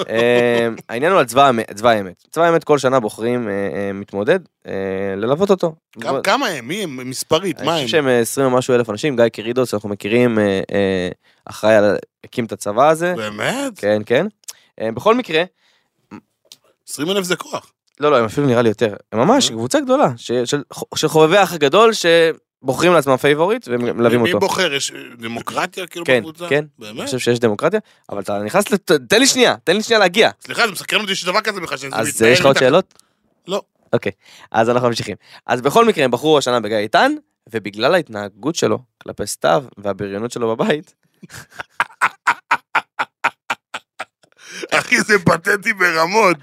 Speaker 3: אה, העניין הוא על צבא האמת- צבא האמת. צבא האמת כל שנה בוחרים אה, אה, מתמודד, אה, ללוות אותו.
Speaker 2: כמה- כמה הם? מי הם? מספרית,
Speaker 3: אני
Speaker 2: מה
Speaker 3: חושב
Speaker 2: הם?
Speaker 3: שהם אה, 20 ומשהו אלף אנשים, גיא קירידוס, אנחנו מכירים, אה, אה, אחראי על... הקים את הצבא הזה.
Speaker 2: באמת?
Speaker 3: כן, כן. אה, בכל מקרה,
Speaker 2: 20 אלף זה כוח.
Speaker 3: לא, לא, הם אפילו נראה לי יותר. הם ממש
Speaker 2: אה.
Speaker 3: קבוצה גדולה, ש- של- של חובבי האח הגדול, שבוחרים לעצמם פייבוריט ומלווים
Speaker 2: מי
Speaker 3: אותו.
Speaker 2: בוחר? יש דמוקרטיה כאילו
Speaker 3: כן,
Speaker 2: בקבוצה?
Speaker 3: כן. אני
Speaker 2: באמת?
Speaker 3: חושב שיש דמוקרטיה, אבל אתה נכנס לת... תן לי שנייה, תן לי שנייה להגיע.
Speaker 2: סליחה, זה מסקרן אותי שדבר כזה בכלל, שזה
Speaker 3: אז אה, יש לך עוד
Speaker 2: מתנהל
Speaker 3: שאלות?
Speaker 2: לא.
Speaker 3: אוקיי, אז אנחנו ממשיכים. אז בכל מקרה, הם בחרו השנה בגיא איתן, ובגלל ההתנהגות שלו כלפי סתיו והבריונות שלו בבית,
Speaker 2: איתך. (laughs) אחי, זה פתטי ברמות.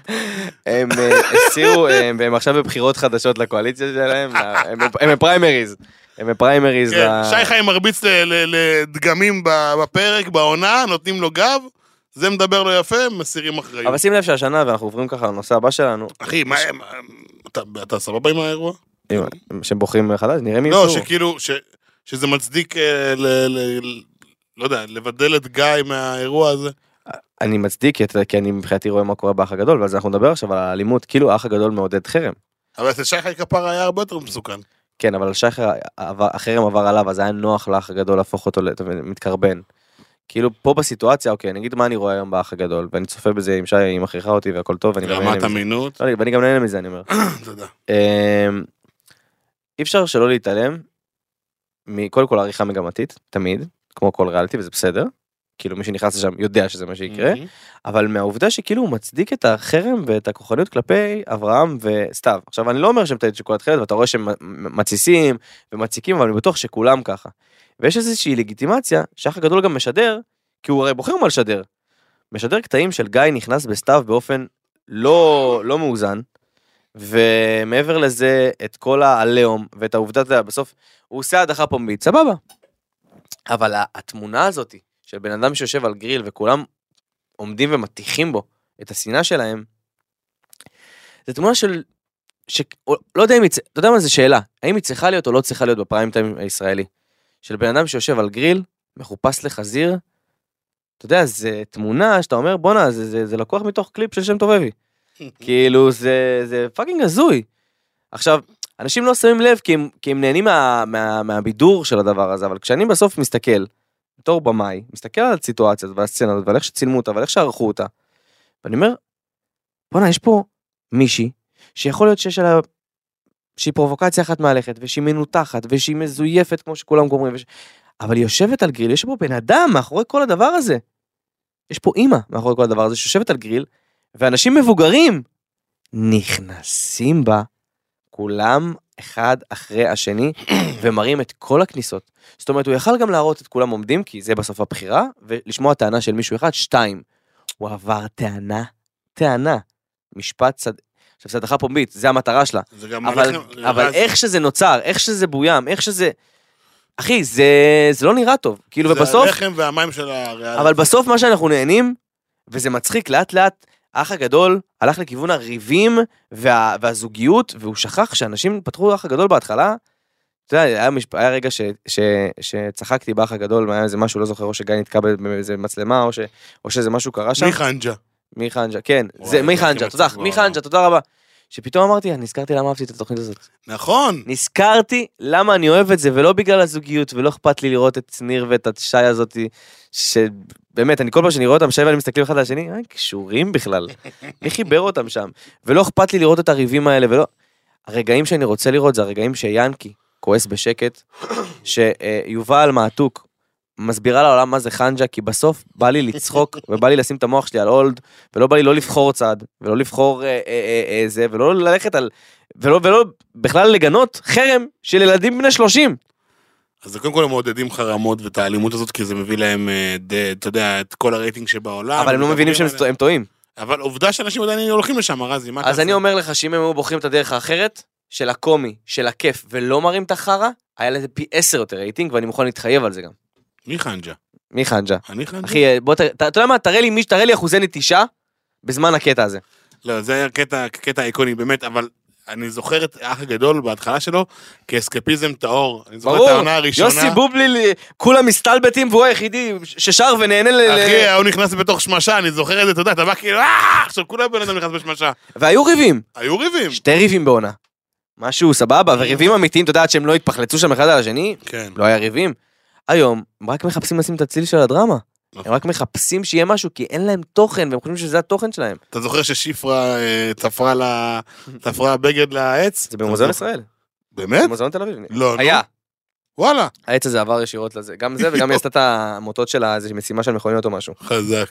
Speaker 3: הם אה, הסירו, אה, והם עכשיו בבחירות חדשות לקואליציה שלהם, הם הם בפריימריז. הם בפריימריז.
Speaker 2: כן,
Speaker 3: ל-
Speaker 2: שי חיים מרביץ ל- ל- לדגמים ב- בפרק, בעונה, נותנים לו גב, זה מדבר לו יפה, מסירים אחריות.
Speaker 3: אבל שים לב שהשנה, ואנחנו עוברים ככה לנושא הבא שלנו,
Speaker 2: אחי, מה הם... אתה- אתה סבבה עם האירוע?
Speaker 3: אם- שהם בוחרים מחדש, נראה מי
Speaker 2: לא,
Speaker 3: יבחרו.
Speaker 2: שכאילו, ש- שזה מצדיק, אה, ל- ל- ל- לא יודע, לבדל את גיא מהאירוע הזה.
Speaker 3: אני מצדיק, כי אתה- כי אני מבחינתי רואה מה קורה באח הגדול, ואז אנחנו נדבר עכשיו על האלימות, כאילו האח הגדול מעודד חרם.
Speaker 2: אבל אצל שי חיים כפרה היה הרבה יותר מסוכן.
Speaker 3: כן, אבל שחר, עבר- החרם עבר עליו, אז היה נוח לאח הגדול להפוך אותו, ל- אתה מבין, מתקרבן. כאילו פה בסיטואציה, אוקיי, אני אגיד מה אני רואה היום באח הגדול, ואני צופה בזה עם שי, היא מכריחה אותי והכל טוב, ואני גם נהנה
Speaker 2: רמת
Speaker 3: מזה.
Speaker 2: אמינות.
Speaker 3: לא, אני- אה, ואני גם נהנה מזה, אני אומר.
Speaker 2: תודה.
Speaker 3: אמ, אי אפשר שלא להתעלם מקודם כל עריכה מגמתית תמיד כמו כל ריאליטי וזה בסדר. כאילו מי שנכנס לשם יודע שזה מה שיקרה
Speaker 2: מהמם.
Speaker 3: אבל מהעובדה שכאילו הוא מצדיק את החרם ואת הכוחניות כלפי אברהם וסתיו עכשיו אני לא אומר שהם טעית שוקולד חלד ואתה רואה שהם מ- מתסיסים ומציקים אבל אני בטוח שכולם ככה. ויש איזושהי לגיטימציה שהאח הגדול גם משדר כי הוא הרי בוחר מה לשדר. משדר קטעים של גיא נכנס בסתיו באופן לא לא מאוזן. ומעבר לזה את כל העליהום ואת העובדה, אתה יודע, בסוף הוא עושה הדחה פומבית, סבבה. אבל ה- התמונה הזאת של בן אדם שיושב על גריל וכולם עומדים ומטיחים בו את השנאה שלהם, זו תמונה של... ש... או- לא יודע אם היא... צ- אתה יודע מה זו שאלה, האם היא צריכה להיות או לא צריכה להיות בפריים טיים הישראלי? של בן אדם שיושב על גריל, מחופש לחזיר, אתה יודע, זו תמונה שאתה אומר, בואנה, זה, זה, זה לקוח מתוך קליפ של שם טובבי. כאילו, זה, זה פאקינג הזוי. עכשיו, אנשים לא שמים לב כי הם, כי הם נהנים מה, מה, מהבידור של הדבר הזה, אבל כשאני בסוף מסתכל, בתור במאי, מסתכל על הסיטואציה הזאת ועל הסצנה הזאת ועל איך שצילמו אותה ועל איך שערכו אותה, ואני אומר, בואנה, יש פה מישהי שיכול להיות שיש עליה, שהיא פרובוקציה אחת מהלכת, ושהיא מנותחת, ושהיא מזויפת כמו שכולם אומרים, וש... אבל היא יושבת על גריל, יש פה בן אדם מאחורי כל הדבר הזה. יש פה אימא מאחורי כל הדבר הזה שיושבת על גריל, ואנשים מבוגרים נכנסים בה, כולם אחד אחרי השני, ומראים את כל הכניסות. זאת אומרת, הוא יכל גם להראות את כולם עומדים, כי זה בסוף הבחירה, ולשמוע טענה של מישהו אחד, שתיים. הוא עבר טענה, טענה, משפט צד... עכשיו, צדחה פומבית, זה המטרה שלה.
Speaker 2: זה גם
Speaker 3: אבל,
Speaker 2: הלך-
Speaker 3: אבל
Speaker 2: רז-
Speaker 3: איך שזה נוצר, איך שזה בוים, איך שזה... אחי, זה, זה לא נראה טוב. כאילו, ובסוף,
Speaker 2: זה הלחם והמים של הריאליטי.
Speaker 3: אבל בסוף מה שאנחנו נהנים, וזה מצחיק, לאט לאט, האח הגדול הלך לכיוון הריבים וה, והזוגיות, והוא שכח שאנשים פתחו אח הגדול בהתחלה. אתה יודע, היה, משפ... היה רגע ש... ש... שצחקתי באח הגדול, היה איזה משהו, לא זוכר, או שגיא נתקע באיזה מצלמה, או, ש... או שאיזה משהו קרה שם.
Speaker 2: מי חנג'ה?
Speaker 3: מיכנג'ה, כן,
Speaker 2: וואי,
Speaker 3: זה
Speaker 2: זה
Speaker 3: מיכנג'ה,
Speaker 2: הכי
Speaker 3: תודה,
Speaker 2: מצחיק
Speaker 3: מיכנג'ה,
Speaker 2: בעולם.
Speaker 3: תודה רבה. שפתאום אמרתי, "אה, נזכרתי למה אהבתי את התוכנית הזאת.
Speaker 2: נכון.
Speaker 3: נזכרתי למה אני אוהב את זה, ולא בגלל הזוגיות, ולא אכפת לי לראות את שניר ואת השי הזאת, שבאמת, אני כל פעם שאני רואה אותם, שי ואני מסתכלים אחד על השני, אה, הם קשורים בכלל. מי חיבר אותם שם? ולא אכפת לי לראות את הריבים האלה, ולא... הרגעים שאני רוצה לראות זה הרגעים שיאנקי כועס בשקט, שיובל מעתוק מסבירה לעולם מה זה חנג'ה, כי בסוף בא לי לצחוק ובא לי לשים את המוח שלי על הולד, ולא בא לי לא לבחור צד, ולא לבחור אה, אה, אה, אה, זה, ולא ללכת על... ולא, ולא בכלל לגנות חרם של ילדים בני 30.
Speaker 2: אז קודם כל הם מעודדים חרמות ואת האלימות הזאת, כי זה מביא להם, אה, ד- אתה יודע, את כל הרייטינג שבעולם.
Speaker 3: אבל הם לא מבינים שהם
Speaker 2: מדברים עליה.
Speaker 3: הם טועים.
Speaker 2: אבל עובדה שאנשים עדיין הולכים לשם, רזי, מה אתה
Speaker 3: אז
Speaker 2: עושה?
Speaker 3: אני אומר לך שאם הם היו בוחרים את הדרך האחרת, של הקומי, של הכיף, ולא מראים את החרא, היה לזה פי עשר יותר רייטינג, ואני מוכן להתחייב על זה גם.
Speaker 2: מי חנג'ה?
Speaker 3: מי חנג'ה?
Speaker 2: אני חנג'ה?
Speaker 3: אחי, אה, בוא, ת- ת- אתה יודע מה, תראה לי מי- תראה לי אחוזי נטישה בזמן הקטע הזה.
Speaker 2: לא, זה היה קטע, קטע איקוני באמת, אבל אני זוכר את האח הגדול בהתחלה שלו כאסקפיזם טהור. אני זוכר
Speaker 3: ברור,
Speaker 2: את העונה הראשונה.
Speaker 3: יוסי בובליל, אה, כולם מסתלבטים והוא היחידי ש- ששר ונהנה ל... ל-
Speaker 2: אחי, הוא נכנס בתוך שמשה, אני זוכר את זה, אתה יודע, אתה בא כאילו, "אה!" עכשיו כולה בן אדם נכנס בשמשה.
Speaker 3: והיו ריבים,
Speaker 2: היו ריבים.
Speaker 3: שתי ריבים בעונה. משהו סבבה, וריבים אמיתיים, אתה יודע, עד שהם לא התפחלצו שם אחד על השני,
Speaker 2: כן.
Speaker 3: לא היה ריבים. היום, הם רק מחפשים לשים את הצליל של הדרמה. הם רק מחפשים שיהיה משהו, כי אין להם תוכן, והם חושבים שזה התוכן שלהם.
Speaker 2: אתה זוכר ששפרה אה, תפרה לה- תפרה בגד לעץ?
Speaker 3: זה במוזיאון
Speaker 2: אתה זוכר?
Speaker 3: ישראל,
Speaker 2: באמת?
Speaker 3: במוזיאון תל אביב.
Speaker 2: לא, נו.
Speaker 3: היה,
Speaker 2: וואלה.
Speaker 3: העץ הזה עבר ישירות לזה, גם זה וגם היא עשתה את המוטות שלה, איזו משימה של מכוניות או משהו.
Speaker 2: חזק.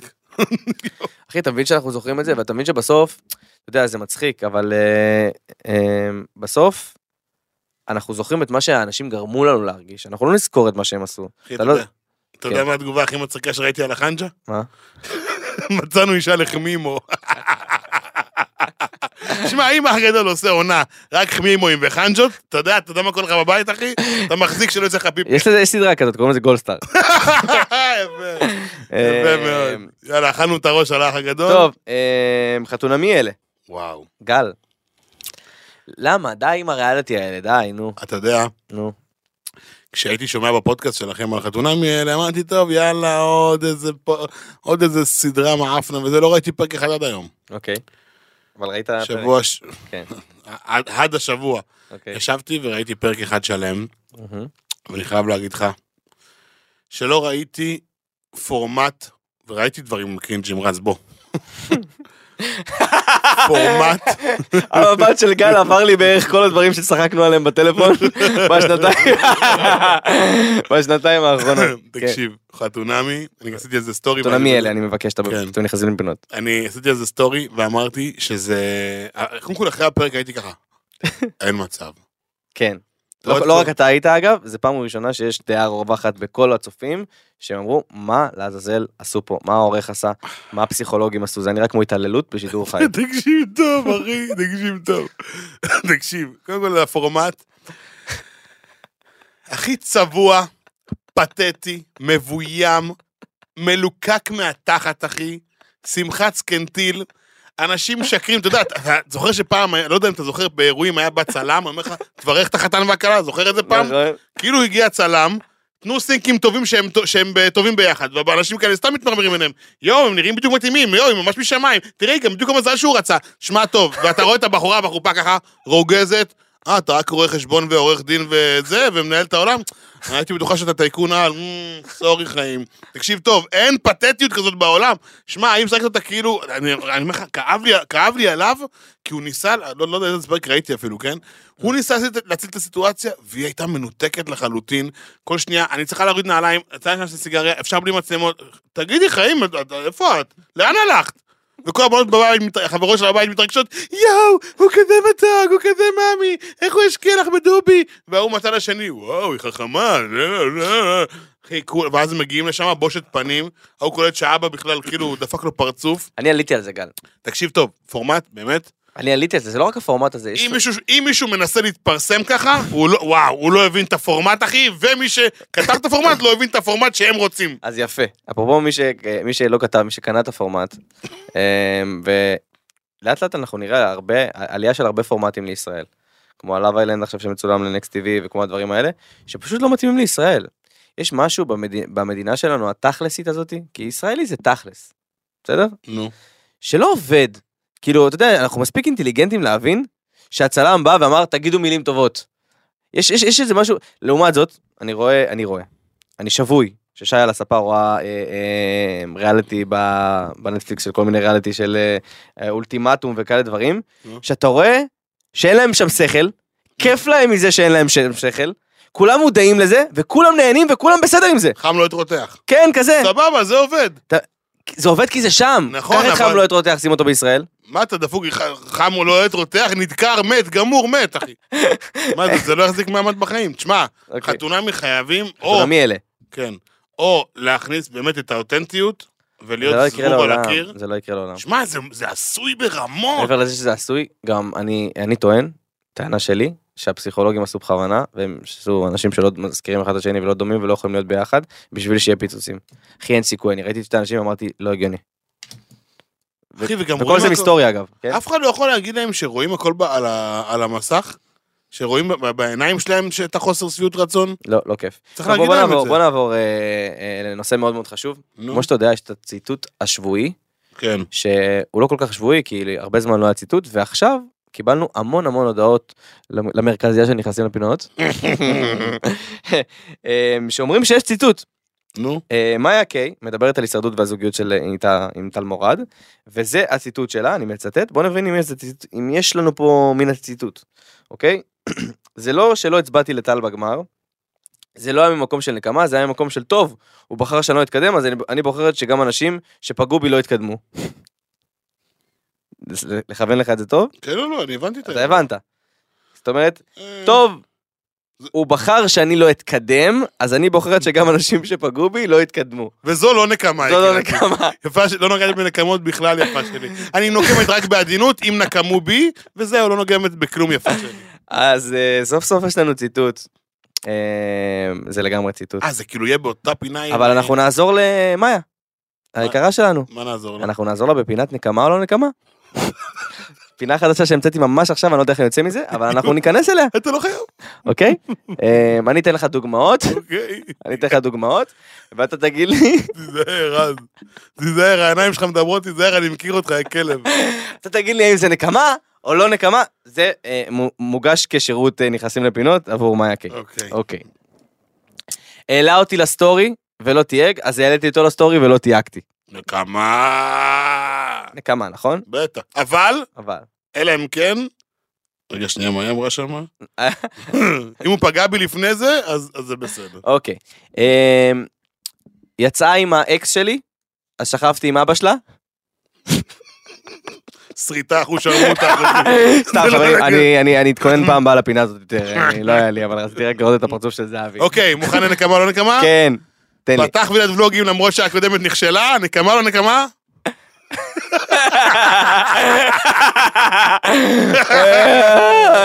Speaker 3: אחי, אתה מבין שאנחנו זוכרים את זה, ואתה מבין שבסוף, אתה יודע, זה מצחיק, אבל אה, אה, בסוף, אנחנו זוכרים את מה שהאנשים גרמו לנו להרגיש, אנחנו לא נזכור את מה שהם עשו.
Speaker 2: אחי,
Speaker 3: אתה
Speaker 2: אתה
Speaker 3: לא-
Speaker 2: יודע. אתה יודע
Speaker 3: כן.
Speaker 2: מה התגובה הכי מצחיקה שראיתי על החנג'ה? (laughs)
Speaker 3: מה?
Speaker 2: מצאנו אישה
Speaker 3: (laughs)
Speaker 2: לחמימו. שמע, אם האח הגדול עושה עונה רק חמימואים וחנג'ות, אתה יודע, אתה יודע מה קורה לך בבית, אחי? אתה מחזיק שלא יוצא לך פיפי.
Speaker 3: יש לזה יש סדרה כזאת, קוראים לזה גולדסטאר.
Speaker 2: (laughs) יפה, (laughs) יפה מאוד. יאללה, אכלנו את הראש על האח הגדול.
Speaker 3: אה, טוב, אה, חתונמי אלה,
Speaker 2: וואו.
Speaker 3: גל. למה? די עם הריאליטי האלה, די, נו,
Speaker 2: אתה יודע,
Speaker 3: נו.
Speaker 2: כשהייתי שומע בפודקאסט שלכם על חתונמי האלה, אמרתי, טוב, יאללה, עוד איזה פו- עוד איזה סדרה מעפנה, וזה לא ראיתי פרק אחד עד היום.
Speaker 3: אוקיי. אבל ראית... פרק?
Speaker 2: שבוע, ש-
Speaker 3: כן,
Speaker 2: (laughs) עד עד השבוע.
Speaker 3: אוקיי.
Speaker 2: ישבתי וראיתי פרק אחד שלם,
Speaker 3: מהמם.
Speaker 2: ואני חייב להגיד לך, שלא ראיתי פורמט, וראיתי דברים קרינג'ים, רז,
Speaker 3: (laughs)
Speaker 2: בוא. פורמט,
Speaker 3: המבט של
Speaker 2: (laughs)
Speaker 3: גל עבר לי בערך כל הדברים שצחקנו עליהם בטלפון
Speaker 2: (laughs)
Speaker 3: בשנתיים בשנתיים האחרונות. (laughs) כן.
Speaker 2: תקשיב, חתונמי, אני עשיתי איזה סטורי.
Speaker 3: חתונמי
Speaker 2: ואני-
Speaker 3: אלה, אני מבקש, אתה
Speaker 2: כן.
Speaker 3: אתם נכנסים לפינות.
Speaker 2: אני עשיתי על זה סטורי ואמרתי שזה... קודם כל אחרי הפרק הייתי
Speaker 3: (laughs)
Speaker 2: ככה. אין מצב.
Speaker 3: כן.
Speaker 2: לא
Speaker 3: לא
Speaker 2: עצוב.
Speaker 3: לא רק אתה היית אגב, זו פעם ראשונה שיש דעה רווחת בכל הצופים, שהם אמרו, מה לעזאזל עשו פה, מה העורך עשה, מה הפסיכולוגים עשו, זה נראה כמו התעללות בשידור חי.
Speaker 2: תקשיב טוב אחי, תקשיב טוב. (laughs) תקשיב, קודם כל הפורמט. הכי צבוע, פתטי, מבוים, מלוקק מהתחת אחי, שמחת סקנטיל. אנשים משקרים, אתה יודע, אתה אתה זוכר שפעם, היה- לא יודע אם אתה זוכר, באירועים היה בא צלם, אומר לך, תברך את החתן והכלה, זוכר את זה (laughs) פעם?
Speaker 3: נכון?
Speaker 2: כאילו הגיע צלם, תנו סינקים טובים שהם, שהם ב- טובים ביחד, ואנשים כאלה סתם מתמרמרים עיניהם. יואו, הם נראים בדיוק מתאימים, יואו, הם ממש משמיים. תראה, גם בדיוק המזל שהוא רצה. שמע טוב, ואתה רואה את הבחורה בחופה ככה, רוגזת, אה, אתה רק רואה חשבון ועורך דין וזה, ומנהל את העולם? הייתי בטוחה שאתה טייקון על, אמ, סורי חיים. תקשיב טוב, אין פתטיות כזאת בעולם. שמע, האם שחקת אותה כאילו, אני אני אומר לך, כאב לי- כאב לי עליו, כי הוא ניסה, לא לא יודע איזה פרק ראיתי אפילו, כן? הוא ניסה להציל- להציל את הסיטואציה, והיא הייתה מנותקת לחלוטין. כל שנייה, אני צריכה להוריד נעליים, צריך לעשות סיגריה, אפשר בלי מצלמות. תגידי, חיים, את- את- איפה את? לאן הלכת? וכל הבנות בבית, מת- החברות של הבית מתרגשות, יואו, הוא כזה מתוק, הוא כזה מאמי, איך הוא השקיע לך בדובי? וההוא מצד השני, וואו, היא חכמה, לא, לא, לא. אחי, כול- ואז מגיעים לשם בושת פנים, ההוא קולט שאבא בכלל, כאילו, דפק לו פרצוף.
Speaker 4: אני עליתי על זה, גל.
Speaker 2: תקשיב טוב, פורמט, באמת,
Speaker 4: אני עליתי על זה, זה לא רק הפורמט הזה. יש-
Speaker 2: אם מישהו, אם מישהו מנסה להתפרסם ככה, הוא לא, וואו, הוא לא הבין את הפורמט, אחי, ומי שכתב את הפורמט לא הבין את הפורמט שהם רוצים.
Speaker 3: אז יפה. אפרופו מי, ש... מי שלא כתב, מי שקנה את הפורמט, אמ, ולאט לאט אנחנו נראה הרבה, עלייה של הרבה פורמטים לישראל. כמו הלאב איילנד עכשיו שמצולם לנקסט TV וכמו הדברים האלה, שפשוט לא מתאימים לישראל. יש משהו במדינה, במדינה שלנו, התכלסית הזאתי, כי ישראלי זה תכלס, בסדר?
Speaker 2: נו.
Speaker 3: שלא עובד. כאילו, אתה יודע, אנחנו מספיק אינטליגנטים להבין שהצלם בא ואמר, תגידו מילים טובות. יש, יש, יש איזה משהו, לעומת זאת, אני רואה, אני רואה, אני שבוי, ששי על הספה רואה אה, אה, ריאליטי ב- בנטפליקס של כל מיני ריאליטי של אה, אה, אולטימטום וכאלה דברים,
Speaker 2: נו.
Speaker 3: שאתה רואה שאין להם שם שכל, כיף להם מזה שאין להם שם שכל, כולם מודעים לזה, וכולם נהנים וכולם בסדר עם זה.
Speaker 2: חם לא התרותח.
Speaker 3: כן, כזה,
Speaker 2: סבבה, זה עובד.
Speaker 3: זה עובד כי זה שם.
Speaker 2: נכון,
Speaker 3: קח את
Speaker 2: אבל-
Speaker 3: חם לא את רותח, שים אותו בישראל.
Speaker 2: מה אתה דפוק, ח- חם הוא לא התרותח, נדקר, מת, גמור, מת,
Speaker 3: (laughs)
Speaker 2: אחי. מה זה, זה לא יחזיק מעמד בחיים. תשמע,
Speaker 3: אוקיי.
Speaker 2: חתונמי חייבים, או,
Speaker 3: חתונה לא מי אלה?
Speaker 2: כן, או להכניס באמת את האותנטיות,
Speaker 3: זה לא
Speaker 2: ולהיות
Speaker 3: יקרה
Speaker 2: זרוב על
Speaker 3: לעולם,
Speaker 2: הקיר.
Speaker 3: זה לא יקרה לעולם.
Speaker 2: שמע, זה- זה עשוי ברמות.
Speaker 3: מעבר לזה שזה עשוי, גם אני, אני טוען, טענה שלי, שהפסיכולוגים עשו בכוונה, והם עשו אנשים שלא מזכירים אחד את השני ולא דומים ולא יכולים להיות ביחד, בשביל שיהיה פיצוצים. אחי, אין סיכוי, אני ראיתי את שתי האנשים ואמרתי, לא הגיוני.
Speaker 2: אחי, וגם
Speaker 3: וכל
Speaker 2: רואים
Speaker 3: זה
Speaker 2: הכל-
Speaker 3: מסתוריה אגב. כן?
Speaker 2: אף אחד לא יכול להגיד להם שרואים הכל ב- על ה- על המסך, שרואים ב- בעיניים שלהם את החוסר שביעות רצון.
Speaker 3: לא, לא כיף.
Speaker 2: צריך
Speaker 3: טוב,
Speaker 2: להגיד
Speaker 3: בוא
Speaker 2: להם
Speaker 3: נעבור-
Speaker 2: את זה.
Speaker 3: בוא נעבור אה, אה, לנושא מאוד מאוד חשוב.
Speaker 2: נו,
Speaker 3: כמו שאתה יודע, יש את הציטוט השבועי,
Speaker 2: כן.
Speaker 3: שהוא לא כל כך שבועי, כי הרבה זמן לא היה ציטוט, ועכשיו קיבלנו המון המון הודעות למ- למרכזייה שנכנסים לפינות, אה, שאומרים שיש ציטוט.
Speaker 2: נו,
Speaker 3: אה, מאיה קיי מדברת על הישרדות והזוגיות של אה, עם טל- עם טל מורד, וזה הציטוט שלה, אני מצטט, בוא נבין אם יש, זה ציטוט- אם יש לנו פה מן הציטוט, אוקיי? (clears throat) זה לא שלא הצבעתי לטל בגמר, זה לא היה ממקום של נקמה, זה היה ממקום של טוב, הוא בחר שאני לא אתקדם, אז אני, אני בוחרת שגם אנשים שפגעו בי לא יתקדמו. (laughs) לכוון לך את זה טוב?
Speaker 2: כן, לא, לא, אני הבנתי את
Speaker 3: אתה הבנת. זאת אומרת,
Speaker 2: אה,
Speaker 3: טוב, הוא בחר שאני לא אתקדם, אז אני בוחרת שגם אנשים שפגעו בי לא יתקדמו.
Speaker 2: וזו לא נקמה.
Speaker 3: זו לא
Speaker 2: יקירתי.
Speaker 3: נקמה.
Speaker 2: יפה שלא נוגעת בנקמות בכלל יפה שלי. אני נוקמת רק בעדינות, אם נקמו בי, וזהו, לא נוגמת בכלום יפה שלי.
Speaker 3: אז אה, סוף סוף יש לנו ציטוט. אה, זה לגמרי ציטוט.
Speaker 2: אה, זה כאילו יהיה באותה פינה. עם-
Speaker 3: אבל אנחנו נעזור למאיה, היקרה שלנו.
Speaker 2: מה נעזור לה?
Speaker 3: אנחנו נעזור לה בפינת נקמה או לא נקמה. פינה חדשה שהמצאתי ממש עכשיו, אני לא יודע איך אני יוצא מזה, אבל אנחנו ניכנס אליה,
Speaker 2: אתה לא חייב,
Speaker 3: אוקיי? אה, אני אתן לך דוגמאות,
Speaker 2: אוקיי.
Speaker 3: אני אתן לך דוגמאות, ואתה תגיד לי,
Speaker 2: תיזהר, רז. תיזהר, העיניים שלך מדברות, תיזהר, אני מכיר אותך, יא כלב.
Speaker 3: אתה תגיד לי האם זה נקמה או לא נקמה, זה אה, מו- מוגש כשירות אה, נכנסים לפינות עבור מאיה קיי.
Speaker 2: אוקיי.
Speaker 3: אוקיי. העלה אותי לסטורי ולא תייג, אז העליתי אותו לסטורי ולא תייגתי.
Speaker 2: נקמה.
Speaker 3: נקמה, נכון?
Speaker 2: בטח. אבל,
Speaker 3: אבל.
Speaker 2: אלא אם כן... רגע, שנייה, מה היא אמרה שמה? אם הוא פגע בי לפני זה, אז אז זה בסדר.
Speaker 3: אוקיי. אמ, יצאה עם האקס שלי, אז שכבתי עם אבא שלה.
Speaker 2: שריטה, אחושרמוטה.
Speaker 3: סתם,
Speaker 2: לא
Speaker 3: חברים, אני- אני- אני אתכונן פעם הבאה לפינה הזאת יותר, אני- לא היה לי, אבל רציתי רק לראות את הפרצוף של זהבי.
Speaker 2: (laughs) אוקיי, מוכן לנקמה לא נקמה?
Speaker 3: כן, תן לי.
Speaker 2: פתח וילד ולוגים למרות שהקודמת נכשלה, נקמה לא
Speaker 3: (laughs)
Speaker 2: נקמה?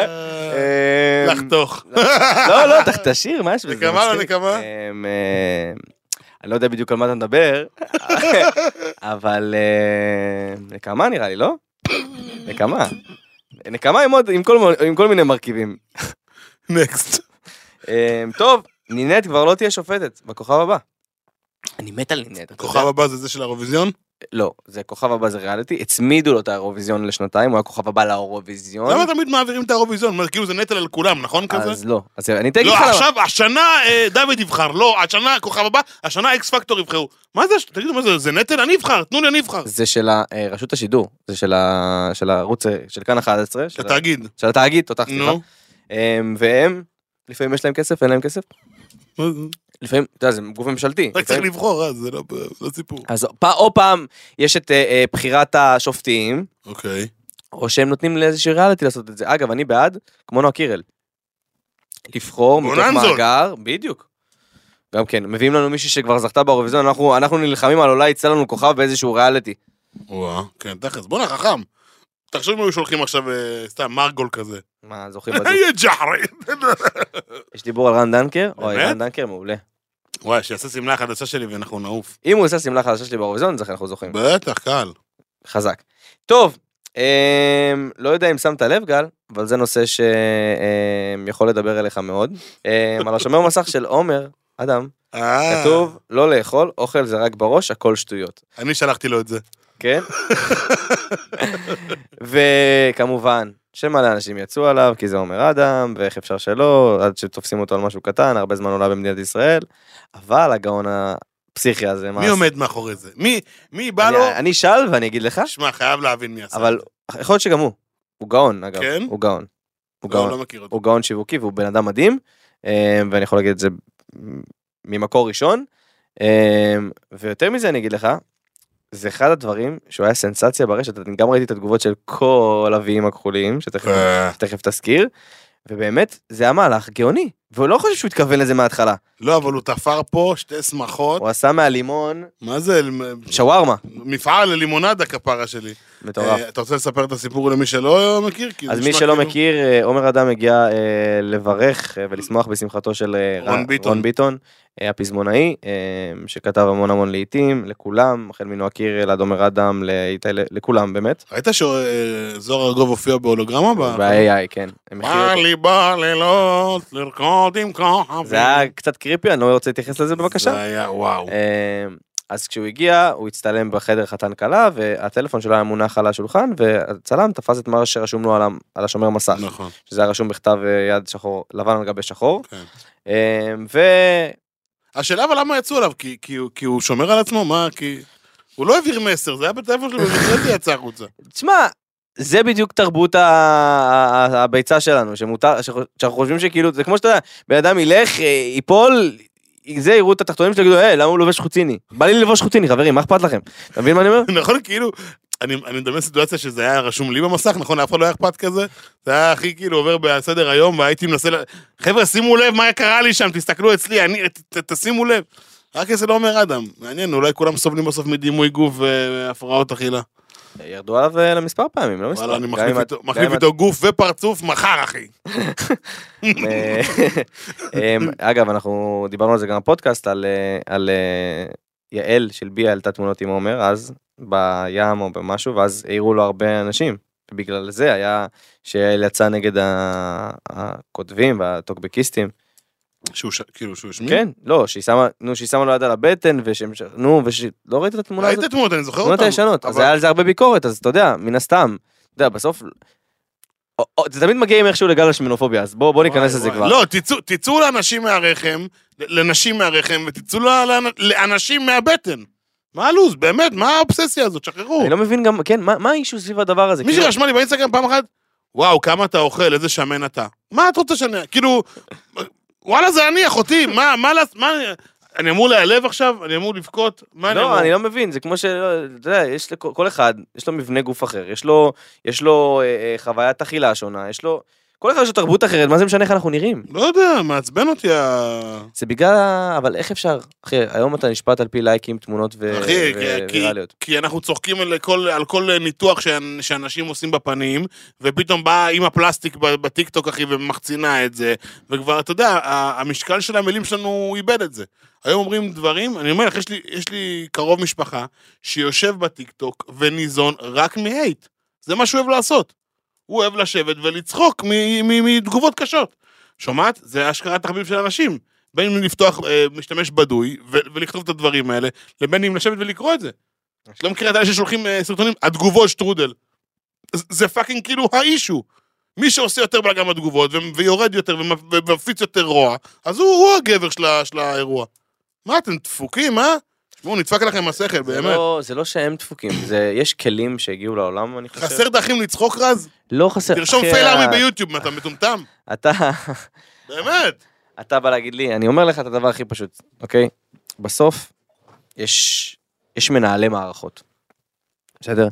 Speaker 3: אמ, (laughs)
Speaker 2: לחתוך.
Speaker 3: לא, לא, תח- תשאיר משהו. זה
Speaker 2: נקמה, לא
Speaker 3: מצחיק.
Speaker 2: נקמה?
Speaker 3: אמ, אמ, אני לא יודע בדיוק על מה
Speaker 2: (laughs)
Speaker 3: אתה מדבר, אבל אמ, נקמה נראה לי, לא? נקמה. נקמה עם עוד, עם כל מ- עם כל מיני מרכיבים.
Speaker 2: נקסט.
Speaker 3: אמ, טוב, נינט כבר לא תהיה שופטת, בכוכב הבא.
Speaker 4: אני מת על נינט. אתה
Speaker 2: כוכב
Speaker 4: יודע.
Speaker 2: הבא זה זה של האירוויזיון?
Speaker 3: לא, זה כוכב הבא זה ריאליטי, הצמידו לו את האירוויזיון לשנתיים, הוא היה כוכב הבא לאירוויזיון.
Speaker 2: למה תמיד מעבירים את האירוויזיון? מה, כאילו זה נטל על כולם, נכון כזה?
Speaker 3: אז לא. אז אני תגיד לך
Speaker 2: לא,
Speaker 3: למה.
Speaker 2: עכשיו, השנה אה, דוד יבחר, לא, השנה הכוכב הבא, השנה אקס פקטור יבחרו. מה זה, הש- תגידו, מה זה, זה נטל? אני אבחר, תנו לי, אני אבחר.
Speaker 3: זה של ה- אה, רשות השידור, זה של ה- של הערוץ, אה, של כאן 11, של ה-
Speaker 2: התאגיד.
Speaker 3: של התאגיד, תותח, אה, סליחה.
Speaker 2: נו.
Speaker 3: אמ, והם, לפעמים יש להם כסף, אין להם כסף.
Speaker 2: מה זה?
Speaker 3: לפעמים, אתה יודע, זה גוף ממשלתי.
Speaker 2: רק צריך
Speaker 3: לפעמים-
Speaker 2: לבחור, אה, זה לא- לא סיפור.
Speaker 3: אז פ- או פעם יש את אה, אה, בחירת השופטים,
Speaker 2: אוקיי.
Speaker 3: או שהם נותנים לאיזשהו ריאליטי לעשות את זה. אגב, אני בעד, כמו נועה קירל. לבחור מתוך
Speaker 2: בוננזות.
Speaker 3: מאגר, בדיוק. גם כן, מביאים לנו מישהי שכבר זכתה באירוויזיון, אנחנו, אנחנו נלחמים על אולי יצא לנו כוכב באיזשהו ריאליטי.
Speaker 2: וואה, כן, תכלס, בואנה, חכם. תחשוב אם היו שולחים עכשיו אה, סתם מרגול כזה.
Speaker 3: מה,
Speaker 2: (laughs)
Speaker 3: זוכים בדיוק.
Speaker 2: יהיה ג'חרי.
Speaker 3: יש דיבור על רן דנקר? אוי,
Speaker 2: באמת?
Speaker 3: רן דנקר מעולה.
Speaker 2: וואי, שיעשה שמלה חדשה שלי ואנחנו נעוף.
Speaker 3: אם הוא עושה שמלה חדשה שלי באירוויזיון, אז אנחנו זוכים.
Speaker 2: בטח, קל.
Speaker 3: חזק. טוב, אמ, לא יודע אם שמת לב, גל, אבל זה נושא שיכול לדבר אליך מאוד. אמ, על השומר מסך של עומר, אדם,
Speaker 2: אה,
Speaker 3: כתוב לא לאכול, אוכל זה רק בראש, הכל שטויות.
Speaker 2: אני שלחתי לו את זה. (laughs)
Speaker 3: כן? וכמובן, שמלא אנשים יצאו עליו, כי זה עומר אדם, ואיך אפשר שלא, עד שתופסים אותו על משהו קטן, הרבה זמן עולה במדינת ישראל, אבל הגאון הפסיכי הזה, מה
Speaker 2: מי
Speaker 3: עשה?
Speaker 2: עומד מאחורי זה? מי- מי בא
Speaker 3: אני-
Speaker 2: לו?
Speaker 3: אני אשאל ואני אגיד לך,
Speaker 2: שמע, חייב להבין מי עשה
Speaker 3: אבל
Speaker 2: את זה.
Speaker 3: יכול להיות שגם הוא. הוא גאון, אגב.
Speaker 2: כן?
Speaker 3: הוא גאון. הוא
Speaker 2: לא, לא
Speaker 3: גאון.
Speaker 2: מכיר אותו.
Speaker 3: הוא גאון שיווקי והוא בן אדם מדהים, אה, ואני יכול להגיד את זה ממקור ראשון. אה, ויותר מזה אני אגיד לך, זה אחד הדברים שהוא היה סנסציה ברשת, אני גם ראיתי את התגובות של כל הוויים הכחולים, שתכף
Speaker 2: אה.
Speaker 3: תכף תזכיר, ובאמת זה היה מהלך גאוני, והוא לא חושב שהוא התכוון לזה מההתחלה.
Speaker 2: לא, אבל הוא תפר פה שתי שמחות.
Speaker 3: הוא עשה מהלימון
Speaker 2: מה זה?
Speaker 3: שווארמה,
Speaker 2: מפעל ללימונדה כפרה שלי.
Speaker 3: מטורף.
Speaker 2: אה, אתה רוצה לספר את הסיפור למי שלא מכיר? כי זה
Speaker 3: אז מי
Speaker 2: נשמע
Speaker 3: שלא
Speaker 2: כאילו-
Speaker 3: מכיר, אה, עומר אדם הגיע אה, לברך אה, ולשמוח בשמחתו של אה,
Speaker 2: רון
Speaker 3: ר-
Speaker 2: ביטון.
Speaker 3: רון ביטון אה, הפזמונאי, אה, שכתב המון המון לעיתים, לכולם, החל מנועה קירל עד עומר אדם, לאיתי- לכולם באמת.
Speaker 2: ראית שזוהר אה, ארגוב הופיע בהולוגרמה? ב-
Speaker 3: ב-AI, כן. הם הכירו
Speaker 2: בא
Speaker 3: אותו.
Speaker 2: לי בלילות לרקוד עם כוכבים.
Speaker 3: זה היה קצת קריפי, אני לא רוצה להתייחס לזה
Speaker 2: זה
Speaker 3: בבקשה.
Speaker 2: היה, וואו.
Speaker 3: אה, אז כשהוא הגיע, הוא הצטלם בחדר חתן כלה, והטלפון שלו היה מונח על השולחן, והצלם תפס את מה שרשום לו על ה- על השומר מסך.
Speaker 2: נכון.
Speaker 3: שזה היה רשום בכתב אה, יד שחור, לבן על גבי שחור.
Speaker 2: כן.
Speaker 3: אה, ו...
Speaker 2: השאלה אבל למה יצאו עליו? כי- כי הוא- כי הוא שומר על עצמו? מה? כי... הוא לא העביר מסר, זה היה בטלפון שלו, ובגלל זה יצא החוצה. (laughs)
Speaker 3: תשמע, זה בדיוק תרבות ה- ה- ה- הביצה שלנו, שמותר, שחו- שאנחנו חושבים שכאילו, זה כמו שאתה יודע, בן אדם ילך, אה, ייפול, זה, יראו את התחתונים שלו, יגידו, היי, למה הוא לובש חוציני? בא לי ללבוש חוציני, חברים, מה אכפת לכם? אתה מבין
Speaker 2: (laughs)
Speaker 3: מה אני אומר?
Speaker 2: נכון, כאילו, אני אני מדמיין סיטואציה שזה היה רשום לי במסך, נכון? לאף אחד לא היה אכפת כזה? זה היה הכי כאילו עובר בסדר היום, והייתי מנסה ל... חבר'ה, שימו לב מה קרה לי שם, תסתכלו אצלי, אני... ת- ת- תשימו לב. רק איזה לא אומר אדם. מעניין, אולי כולם סובלים בסוף מדימוי גוף והפרעות אכילה.
Speaker 3: ירדו עליו אה, למספר פעמים, לא מספר.
Speaker 2: וואלה, אני
Speaker 3: גם
Speaker 2: מחליף
Speaker 3: אם
Speaker 2: איתו-
Speaker 3: את-
Speaker 2: מחליף
Speaker 3: גם אם את-
Speaker 2: איתו גוף ופרצוף מחר, אחי.
Speaker 3: אה, (laughs) אמ, אגב, אנחנו דיברנו על זה גם בפודקאסט, על, אה, על אה, יעל של ביה העלתה תמונות עם עומר, אז בים או במשהו, ואז העירו לו הרבה אנשים. בגלל זה היה שיעל יצא נגד ה- הכותבים והטוקבקיסטים.
Speaker 2: שהוא ש- כאילו, שהוא השמיע?
Speaker 3: כן, לא, שהיא שמה, נו, שהיא שמה לו יד על הבטן, ושהם, ש- נו, וש... לא ראית את התמונה
Speaker 2: ראית
Speaker 3: הזאת?
Speaker 2: תמונות, אני זוכר אותן.
Speaker 3: התמונות הישנות, אז
Speaker 2: לא אבל-
Speaker 3: היה על זה הרבה ביקורת, אז אתה יודע, מן הסתם, אתה יודע, בסוף... או- או- זה תמיד מגיעים איכשהו לגל השמינופוביה, אז בוא בוא ניכנס
Speaker 2: וואי,
Speaker 3: לזה
Speaker 2: וואי.
Speaker 3: כבר.
Speaker 2: לא, תצאו- תצאו לאנשים מהרחם, ל- לנשים מהרחם, ותצאו ל- ל- לאנשים מהבטן. מה הלו"ז? באמת, מה האובססיה הזאת? שחררו.
Speaker 3: אני לא מבין גם, כן, מה מה האישו סביב הדבר הזה?
Speaker 2: מי
Speaker 3: כאילו,
Speaker 2: שרשמה לי באינסטגרם פעם אחת, וואו, כמה אתה אוכל, איזה שמן אתה. מה את רוצה שאני... כאילו, וואלה, זה אני, אחותי, מה, מה, לעש- מה, אני- אני אמור להיעלב עכשיו? אני אמור לבכות? מה אני
Speaker 3: לא,
Speaker 2: אמור?
Speaker 3: אני לא מבין, זה כמו ש... לא, אתה יודע, יש לכל כל אחד, יש לו מבנה גוף אחר, יש לו, יש לו אה, אה, חוויית אכילה שונה, יש לו... כל אחד יש לו תרבות אחרת, מה זה משנה איך אנחנו נראים?
Speaker 2: לא יודע, מעצבן אותי ה...
Speaker 3: זה בגלל... ה- אבל איך אפשר? אחי, היום אתה נשפט על פי לייקים, תמונות ו-
Speaker 2: אחי,
Speaker 3: ו-
Speaker 2: כי-
Speaker 3: ויראליות.
Speaker 2: כי אנחנו צוחקים על כל, על כל ניתוח שאנ- שאנשים עושים בפנים, ופתאום באה עם הפלסטיק ב- בטיקטוק, אחי, ומחצינה את זה, וכבר, אתה יודע, ה- המשקל של המילים שלנו איבד את זה. היום אומרים דברים, אני אומר לך, יש לי, יש לי קרוב משפחה שיושב בטיקטוק וניזון רק מהייט. זה מה שהוא אוהב לעשות. הוא אוהב לשבת ולצחוק מ- מ- מתגובות קשות. שומעת? זה אשכרה תחביב של אנשים. בין אם לפתוח אה, משתמש בדוי ו- ולכתוב את הדברים האלה, לבין אם לשבת ולקרוא את זה. לא מכיר את האלה ששולחים אה, סרטונים, התגובות שטרודל. זה- זה פאקינג כאילו האישו. מי שעושה יותר בלאגן בתגובות, ו- ויורד יותר, ומפ- ומפיץ יותר רוע, אז הוא, הוא הגבר של, ה- של האירוע. מה, אתם דפוקים, אה? תשמעו, נדפק לכם השכל,
Speaker 3: זה
Speaker 2: באמת.
Speaker 3: לא- זה לא שהם דפוקים, זה- יש כלים שהגיעו לעולם, אני חושב.
Speaker 2: חסר דרכים לצחוק,
Speaker 3: (laughs)
Speaker 2: רז?
Speaker 3: לא חסר.
Speaker 2: תרשום
Speaker 3: אחי,
Speaker 2: פייל
Speaker 3: ה-
Speaker 2: ארמי ביוטיוב, מה, אתה מטומטם?
Speaker 3: אתה,
Speaker 2: באמת.
Speaker 3: אתה בא להגיד לי, אני אומר לך את הדבר הכי פשוט, אוקיי? בסוף, יש, יש מנהלי מערכות. בסדר?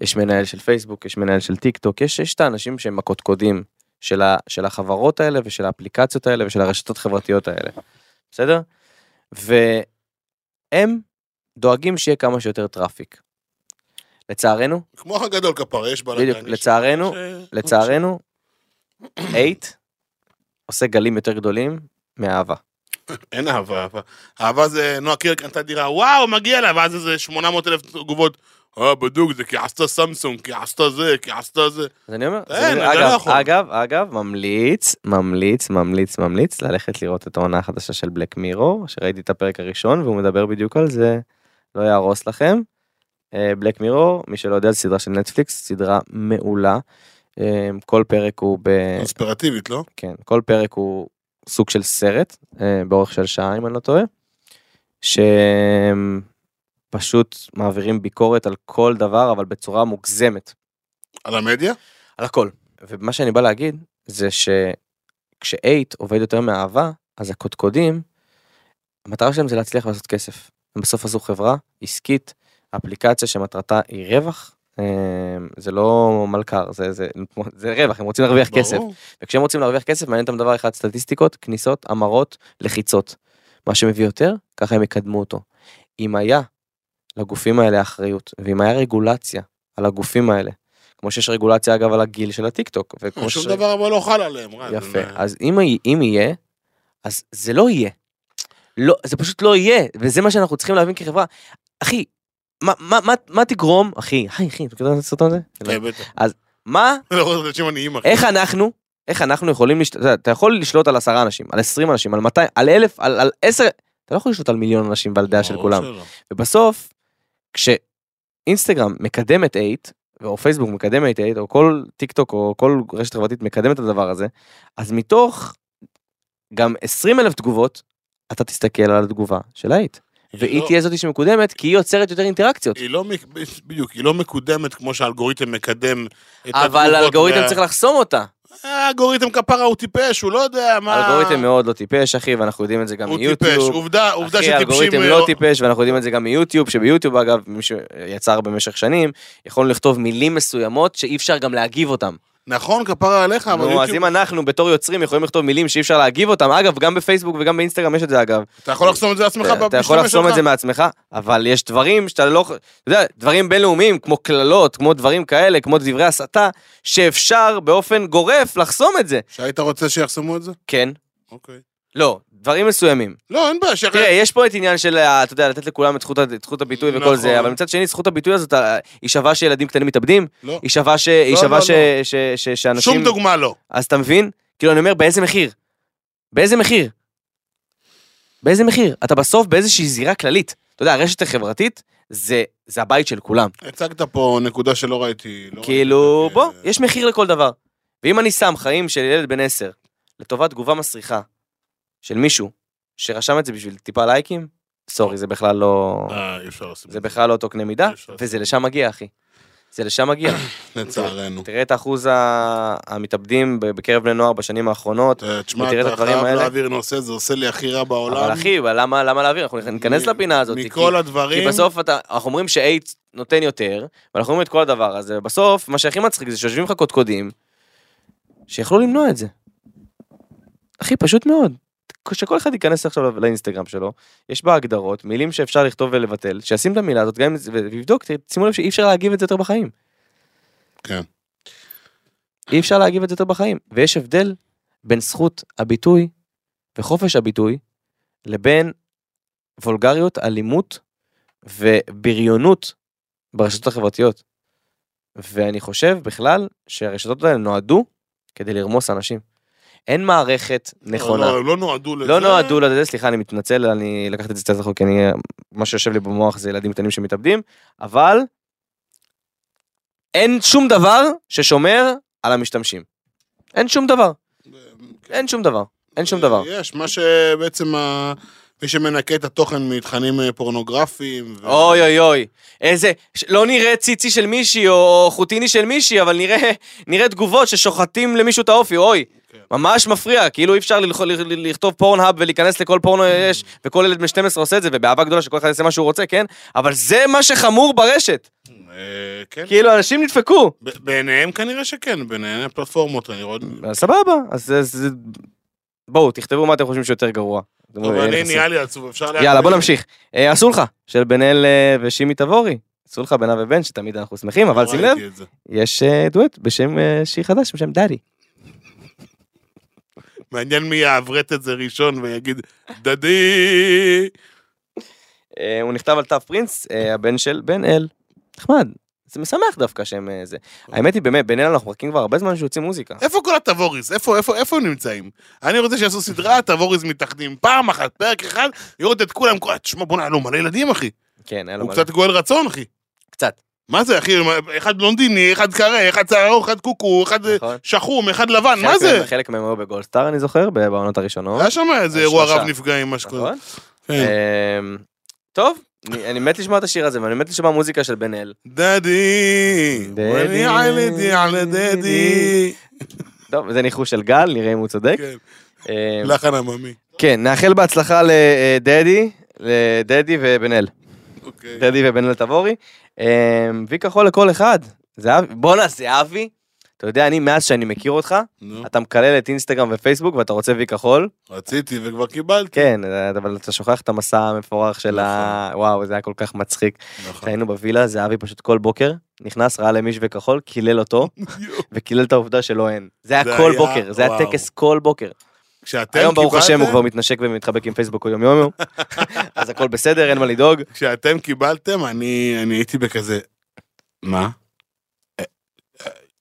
Speaker 3: יש מנהל של פייסבוק, יש מנהל של טיק טוק, יש, יש את האנשים שהם הקודקודים של, ה, של החברות האלה ושל האפליקציות האלה ושל הרשתות החברתיות האלה. בסדר? והם דואגים שיהיה כמה שיותר טראפיק. לצערנו,
Speaker 2: כמו אח הגדול כפרה, יש בלאגן.
Speaker 3: בדיוק, לצערנו, לצערנו, אייט עושה גלים יותר גדולים מאהבה.
Speaker 2: אין אהבה, אהבה. אהבה זה נועה קירל קנתה דירה, וואו, מגיע לה, ואז איזה 800 אלף תגובות. אה, בדוק, זה כי עשתה סמסונג, כי עשתה זה, כי עשתה זה.
Speaker 3: אז אני אומר,
Speaker 2: אין,
Speaker 3: אז אני אומר,
Speaker 2: אתה לא
Speaker 3: אגב,
Speaker 2: יכול.
Speaker 3: אגב, אגב, ממליץ, ממליץ, ממליץ, ממליץ ללכת לראות את העונה החדשה של בלק מירור, שראיתי את הפרק הראשון והוא מדבר בדיוק על זה, לא יהרוס לכם. בלק מירור, מי שלא יודע, זו סדרה של נטפליקס, סדרה מעולה. אה, כל פרק הוא ב...
Speaker 2: קונספירטיבית, לא?
Speaker 3: כן, כל פרק הוא סוג של סרט, אה, באורך של שעה אם אני לא טועה, שפשוט מעבירים ביקורת על כל דבר, אבל בצורה מוגזמת,
Speaker 2: על המדיה?
Speaker 3: על הכל. ומה שאני בא להגיד, זה שכשאייט עובד יותר מאהבה, אז הקודקודים, המטרה שלהם זה להצליח לעשות כסף. הם בסוף עשו חברה עסקית, אפליקציה שמטרתה היא רווח. אה, זה לא מלכר, זה, זה, זה רווח, הם רוצים להרוויח כסף.
Speaker 2: ברור.
Speaker 3: וכשהם רוצים להרוויח כסף מעניין אותם דבר אחד סטטיסטיקות כניסות המרות לחיצות. מה שמביא יותר ככה הם יקדמו אותו. אם היה לגופים האלה אחריות ואם היה רגולציה על הגופים האלה כמו שיש רגולציה אגב על הגיל של הטיק טוק וכמו
Speaker 2: שום דבר אבל לא חל עליהם, רז.
Speaker 3: יפה
Speaker 2: הם, אה,
Speaker 3: אז אם, ה- אם יהיה אז זה לא יהיה. לא זה פשוט לא יהיה וזה מה שאנחנו צריכים להבין כחברה. אחי מה מה מה מה תגרום אחי אחי אחי אתה מכיר את הסרטון הזה?
Speaker 2: אה, בטח. (laughs)
Speaker 3: מה
Speaker 2: לא רוצה אנשים עניים, אחי.
Speaker 3: איך אנחנו, איך אנחנו יכולים, לשת... אתה יודע, אתה יכול לשלוט על עשרה אנשים, על עשרים אנשים, על מאתיים, על אלף, על על עשר, אתה לא יכול לשלוט על מיליון אנשים ועל דעה של
Speaker 2: ברור
Speaker 3: כולם.
Speaker 2: שלא.
Speaker 3: ובסוף, כשאינסטגרם מקדם את אייט, או פייסבוק מקדם את אייט, או כל טיק טוק, או כל רשת חברתית מקדם את הדבר הזה, אז מתוך גם עשרים אלף תגובות, אתה תסתכל על התגובה של האייט. והיא
Speaker 2: לא-
Speaker 3: תהיה זאתי שמקודמת, כי היא יוצרת יותר אינטראקציות.
Speaker 2: היא לא, מק- בדיוק, היא לא מקודמת כמו שהאלגוריתם מקדם את
Speaker 3: אבל
Speaker 2: התגובות
Speaker 3: האלגוריתם
Speaker 2: וה-
Speaker 3: צריך לחסום אותה.
Speaker 2: אה, האלגוריתם כפרה הוא טיפש, הוא לא יודע מה...
Speaker 3: האלגוריתם מאוד לא טיפש, אחי, ואנחנו יודעים את זה גם
Speaker 2: הוא
Speaker 3: מיוטיוב.
Speaker 2: טיפש, עובדה, עובדה
Speaker 3: אחי,
Speaker 2: שטיפשים...
Speaker 3: האלגוריתם
Speaker 2: אה,
Speaker 3: לא טיפש, ואנחנו יודעים את זה גם מיוטיוב, שביוטיוב אגב, מי שיצר במשך שנים, יכולנו לכתוב מילים מסוימות שאי אפשר גם להגיב אותן.
Speaker 2: נכון, כפרה עליך, אבל
Speaker 3: נו, אז
Speaker 2: יוטיוב...
Speaker 3: אם אנחנו בתור יוצרים יכולים לכתוב מילים שאי אפשר להגיב אותן, אגב, גם בפייסבוק וגם באינסטגרם יש את זה אגב.
Speaker 2: אתה יכול לחסום את זה לעצמך
Speaker 3: אתה יכול
Speaker 2: במשתמש
Speaker 3: לחסום את
Speaker 2: שלך.
Speaker 3: זה מעצמך, אבל יש דברים שאתה לא... יכול- אתה יודע, דברים בינלאומיים, כמו קללות, כמו דברים כאלה, כמו דברי הסתה, שאפשר באופן גורף לחסום את זה.
Speaker 2: שהיית רוצה שיחסמו את זה?
Speaker 3: כן,
Speaker 2: אוקיי.
Speaker 3: לא, דברים מסוימים.
Speaker 2: לא, אין בעיה, שאחרי...
Speaker 3: תראה, יש פה את עניין של, אה, אתה יודע, לתת לכולם את זכות ה- את זכות הביטוי וכל
Speaker 2: נכון.
Speaker 3: זה, אבל מצד שני, זכות הביטוי הזאת, אה, היא שווה שילדים קטנים מתאבדים?
Speaker 2: לא.
Speaker 3: היא שווה ש... היא
Speaker 2: לא,
Speaker 3: שווה
Speaker 2: לא,
Speaker 3: ש...
Speaker 2: לא.
Speaker 3: ש... ש... שאנשים...
Speaker 2: שום דוגמה לא.
Speaker 3: אז אתה מבין? כאילו, אני אומר, באיזה מחיר? באיזה מחיר? באיזה מחיר? אתה בסוף באיזושהי זירה כללית. אתה יודע, הרשת החברתית, זה, זה הבית של כולם.
Speaker 2: הצגת פה נקודה שלא ראיתי. לא
Speaker 3: כאילו,
Speaker 2: ראיתי,
Speaker 3: בוא,
Speaker 2: אה,
Speaker 3: יש מחיר לכל דבר. ואם אני שם חיים של ילד בן 10 לטובת תגובה מסריחה של מישהו שרשם את זה בשביל טיפה לייקים, סורי, זה בכלל לא...
Speaker 2: אה, אי אפשר לשים.
Speaker 3: זה בכלל לא אותו קנה מידה,
Speaker 2: אפשר.
Speaker 3: וזה לשם מגיע, אחי. זה לשם
Speaker 2: (coughs)
Speaker 3: מגיע.
Speaker 2: לצערנו.
Speaker 3: תראה את אחוז המתאבדים ב- בקרב בני נוער בשנים האחרונות.
Speaker 2: אה, תשמע,
Speaker 3: ותראה את
Speaker 2: אתה
Speaker 3: הדברים
Speaker 2: חייב
Speaker 3: האלה.
Speaker 2: להעביר נושא, זה עושה לי הכי רע בעולם.
Speaker 3: אבל אחי, אבל למה למה להעביר? אנחנו ניכנס
Speaker 2: מ-
Speaker 3: לפינה הזאת. כי-
Speaker 2: מכל הדברים...
Speaker 3: כי בסוף אתה, אנחנו אומרים שאייט נותן יותר, ואנחנו אומרים את כל הדבר הזה, ובסוף, מה שהכי מצחיק זה שיושבים לך קודקודים, שיכלו למנוע את זה. הכי פשוט מאוד. שכל אחד ייכנס עכשיו לאינסטגרם שלו, יש בה הגדרות, מילים שאפשר לכתוב ולבטל, שישים את המילה הזאת, גם אם זה- ויבדוק, ת- שימו לב שאי אפשר להגיב את זה יותר בחיים.
Speaker 2: כן.
Speaker 3: אי אפשר להגיב את זה יותר בחיים, ויש הבדל בין זכות הביטוי וחופש הביטוי, לבין וולגריות, אלימות ובריונות ברשתות החברתיות. ואני חושב בכלל שהרשתות האלה נועדו כדי לרמוס אנשים. אין מערכת נכונה.
Speaker 2: לא, הם לא נועדו לזה.
Speaker 3: לא נועדו לזה, סליחה, אני מתנצל, אני לקחתי את זה קצת רחוק, כי אני, מה שיושב לי במוח זה ילדים קטנים שמתאבדים, אבל אין שום דבר ששומר על המשתמשים. אין שום דבר,
Speaker 2: כן,
Speaker 3: אין שום דבר, אין שום דבר.
Speaker 2: יש, מה שבעצם ה... מי שמנקה את התוכן מתכנים אה, פורנוגרפיים. ו-
Speaker 3: אוי אוי אוי, איזה, ש- לא נראה ציצי של מישהי או חוטיני של מישהי, אבל נראה, נראה תגובות ששוחטים למישהו את האופי, אוי.
Speaker 2: כן.
Speaker 3: ממש מפריע, כאילו אי אפשר ללכו- ל- ל- לכתוב פורנהאב ולהיכנס לכל פורנו יש, וכל ילד בן 12 עושה את זה, ובאהבה גדולה שכל אחד יעשה מה שהוא רוצה, כן? אבל זה מה שחמור ברשת.
Speaker 2: אה, כן.
Speaker 3: כאילו, אנשים נדפקו.
Speaker 2: ב- בעיניהם כנראה שכן, בעיניהם הפלטפורמות, אני רואה...
Speaker 3: אז סבבה, אז זה- זה... בואו, תכתבו מה אתם חושבים שיותר גרוע.
Speaker 2: טוב, אני נהיה לי עצוב, אפשר...
Speaker 3: אה, יאללה, בוא נמשיך. אה, עשו לך, של בן אל אה, ושימי תבורי. עשו לך בינה ובן, שתמיד אנחנו שמחים, אבל שים לב,
Speaker 2: ראיתי את זה.
Speaker 3: יש אה, דואט בשם אה, שיר חדש, בשם דדי.
Speaker 2: מעניין מי יעברת את זה ראשון ויגיד, דדי!
Speaker 3: אה, הוא נכתב על תו פרינס, אה, הבן של בן אל. נחמד. זה משמח דווקא שהם אה, זה. האמת היא באמת, בן אל אנחנו מחכים כבר הרבה זמן שיוצאים מוזיקה.
Speaker 2: איפה כל התבוריז? איפה, איפה, איפה הם נמצאים? אני רוצה שיעשו סדרה, תבוריז מתאחדים פעם אחת, פרק אחד, לראות את כולם, כל- תשמע, בוא'נה, היה לו מלא ילדים, אחי.
Speaker 3: כן, היה לו
Speaker 2: הוא
Speaker 3: מלא.
Speaker 2: קצת גואל רצון, אחי.
Speaker 3: קצת.
Speaker 2: מה זה, אחי? מה- אחד בלונדיני, אחד קרה, אחד צהרור, אחד קוקו, אחד אה,
Speaker 3: נכון. כן,
Speaker 2: שחום, אחד לבן, מה
Speaker 3: חלק
Speaker 2: זה? אה,
Speaker 3: מהם- חלק מהם היו בגולדסטאר, אני זוכר, בעונות הראשונות.
Speaker 2: היה שם איזה
Speaker 3: היה
Speaker 2: אירוע
Speaker 3: נכון. שלושה.
Speaker 2: רב נפגעים, מה שקורה.
Speaker 3: נכון?
Speaker 2: כן.
Speaker 3: אמ, טוב, אני- אני מת לשמוע את השיר הזה, ואני מת לשמוע מוזיקה של בן אל.
Speaker 2: דדי,
Speaker 3: דדי.
Speaker 2: ואני עליתי על דדי.
Speaker 3: טוב, זה ניחוש של גל, נראה אם הוא צודק.
Speaker 2: כן,
Speaker 3: אמ,
Speaker 2: לחן עממי.
Speaker 3: כן, נאחל בהצלחה לדדי, לדדי ובן אל.
Speaker 2: אוקיי.
Speaker 3: דדי ובן אל תבורי. אמ, וי כחול לכל אחד. זהבי, בואנה, זהבי. אתה יודע, אני, מאז שאני מכיר אותך,
Speaker 2: נו,
Speaker 3: אתה מקלל את אינסטגרם ופייסבוק ואתה רוצה וי כחול.
Speaker 2: רציתי וכבר קיבלתי.
Speaker 3: כן, אבל אתה שוכח את המסע המפוארך של ה... וואו, זה היה כל כך מצחיק.
Speaker 2: נכון.
Speaker 3: היינו בווילה, זהבי פשוט כל בוקר, נכנס, ראה למישהו וכחול, קילל
Speaker 2: (laughs)
Speaker 3: אותו,
Speaker 2: יואו.
Speaker 3: וקילל את העובדה שלא אין. זה היה
Speaker 2: זה
Speaker 3: כל
Speaker 2: היה-
Speaker 3: בוקר, זה היה
Speaker 2: וואו.
Speaker 3: טקס כל בוקר.
Speaker 2: כשאתם
Speaker 3: היום ברוך השם הוא
Speaker 2: קיבלתם-
Speaker 3: כבר מתנשק ומתחבק עם פייסבוק יום יום
Speaker 2: (laughs)
Speaker 3: יום, אז הכל בסדר, אין מה לדאוג.
Speaker 2: כשאתם קיבלתם, אני, אני הייתי בכזה, מה? אה,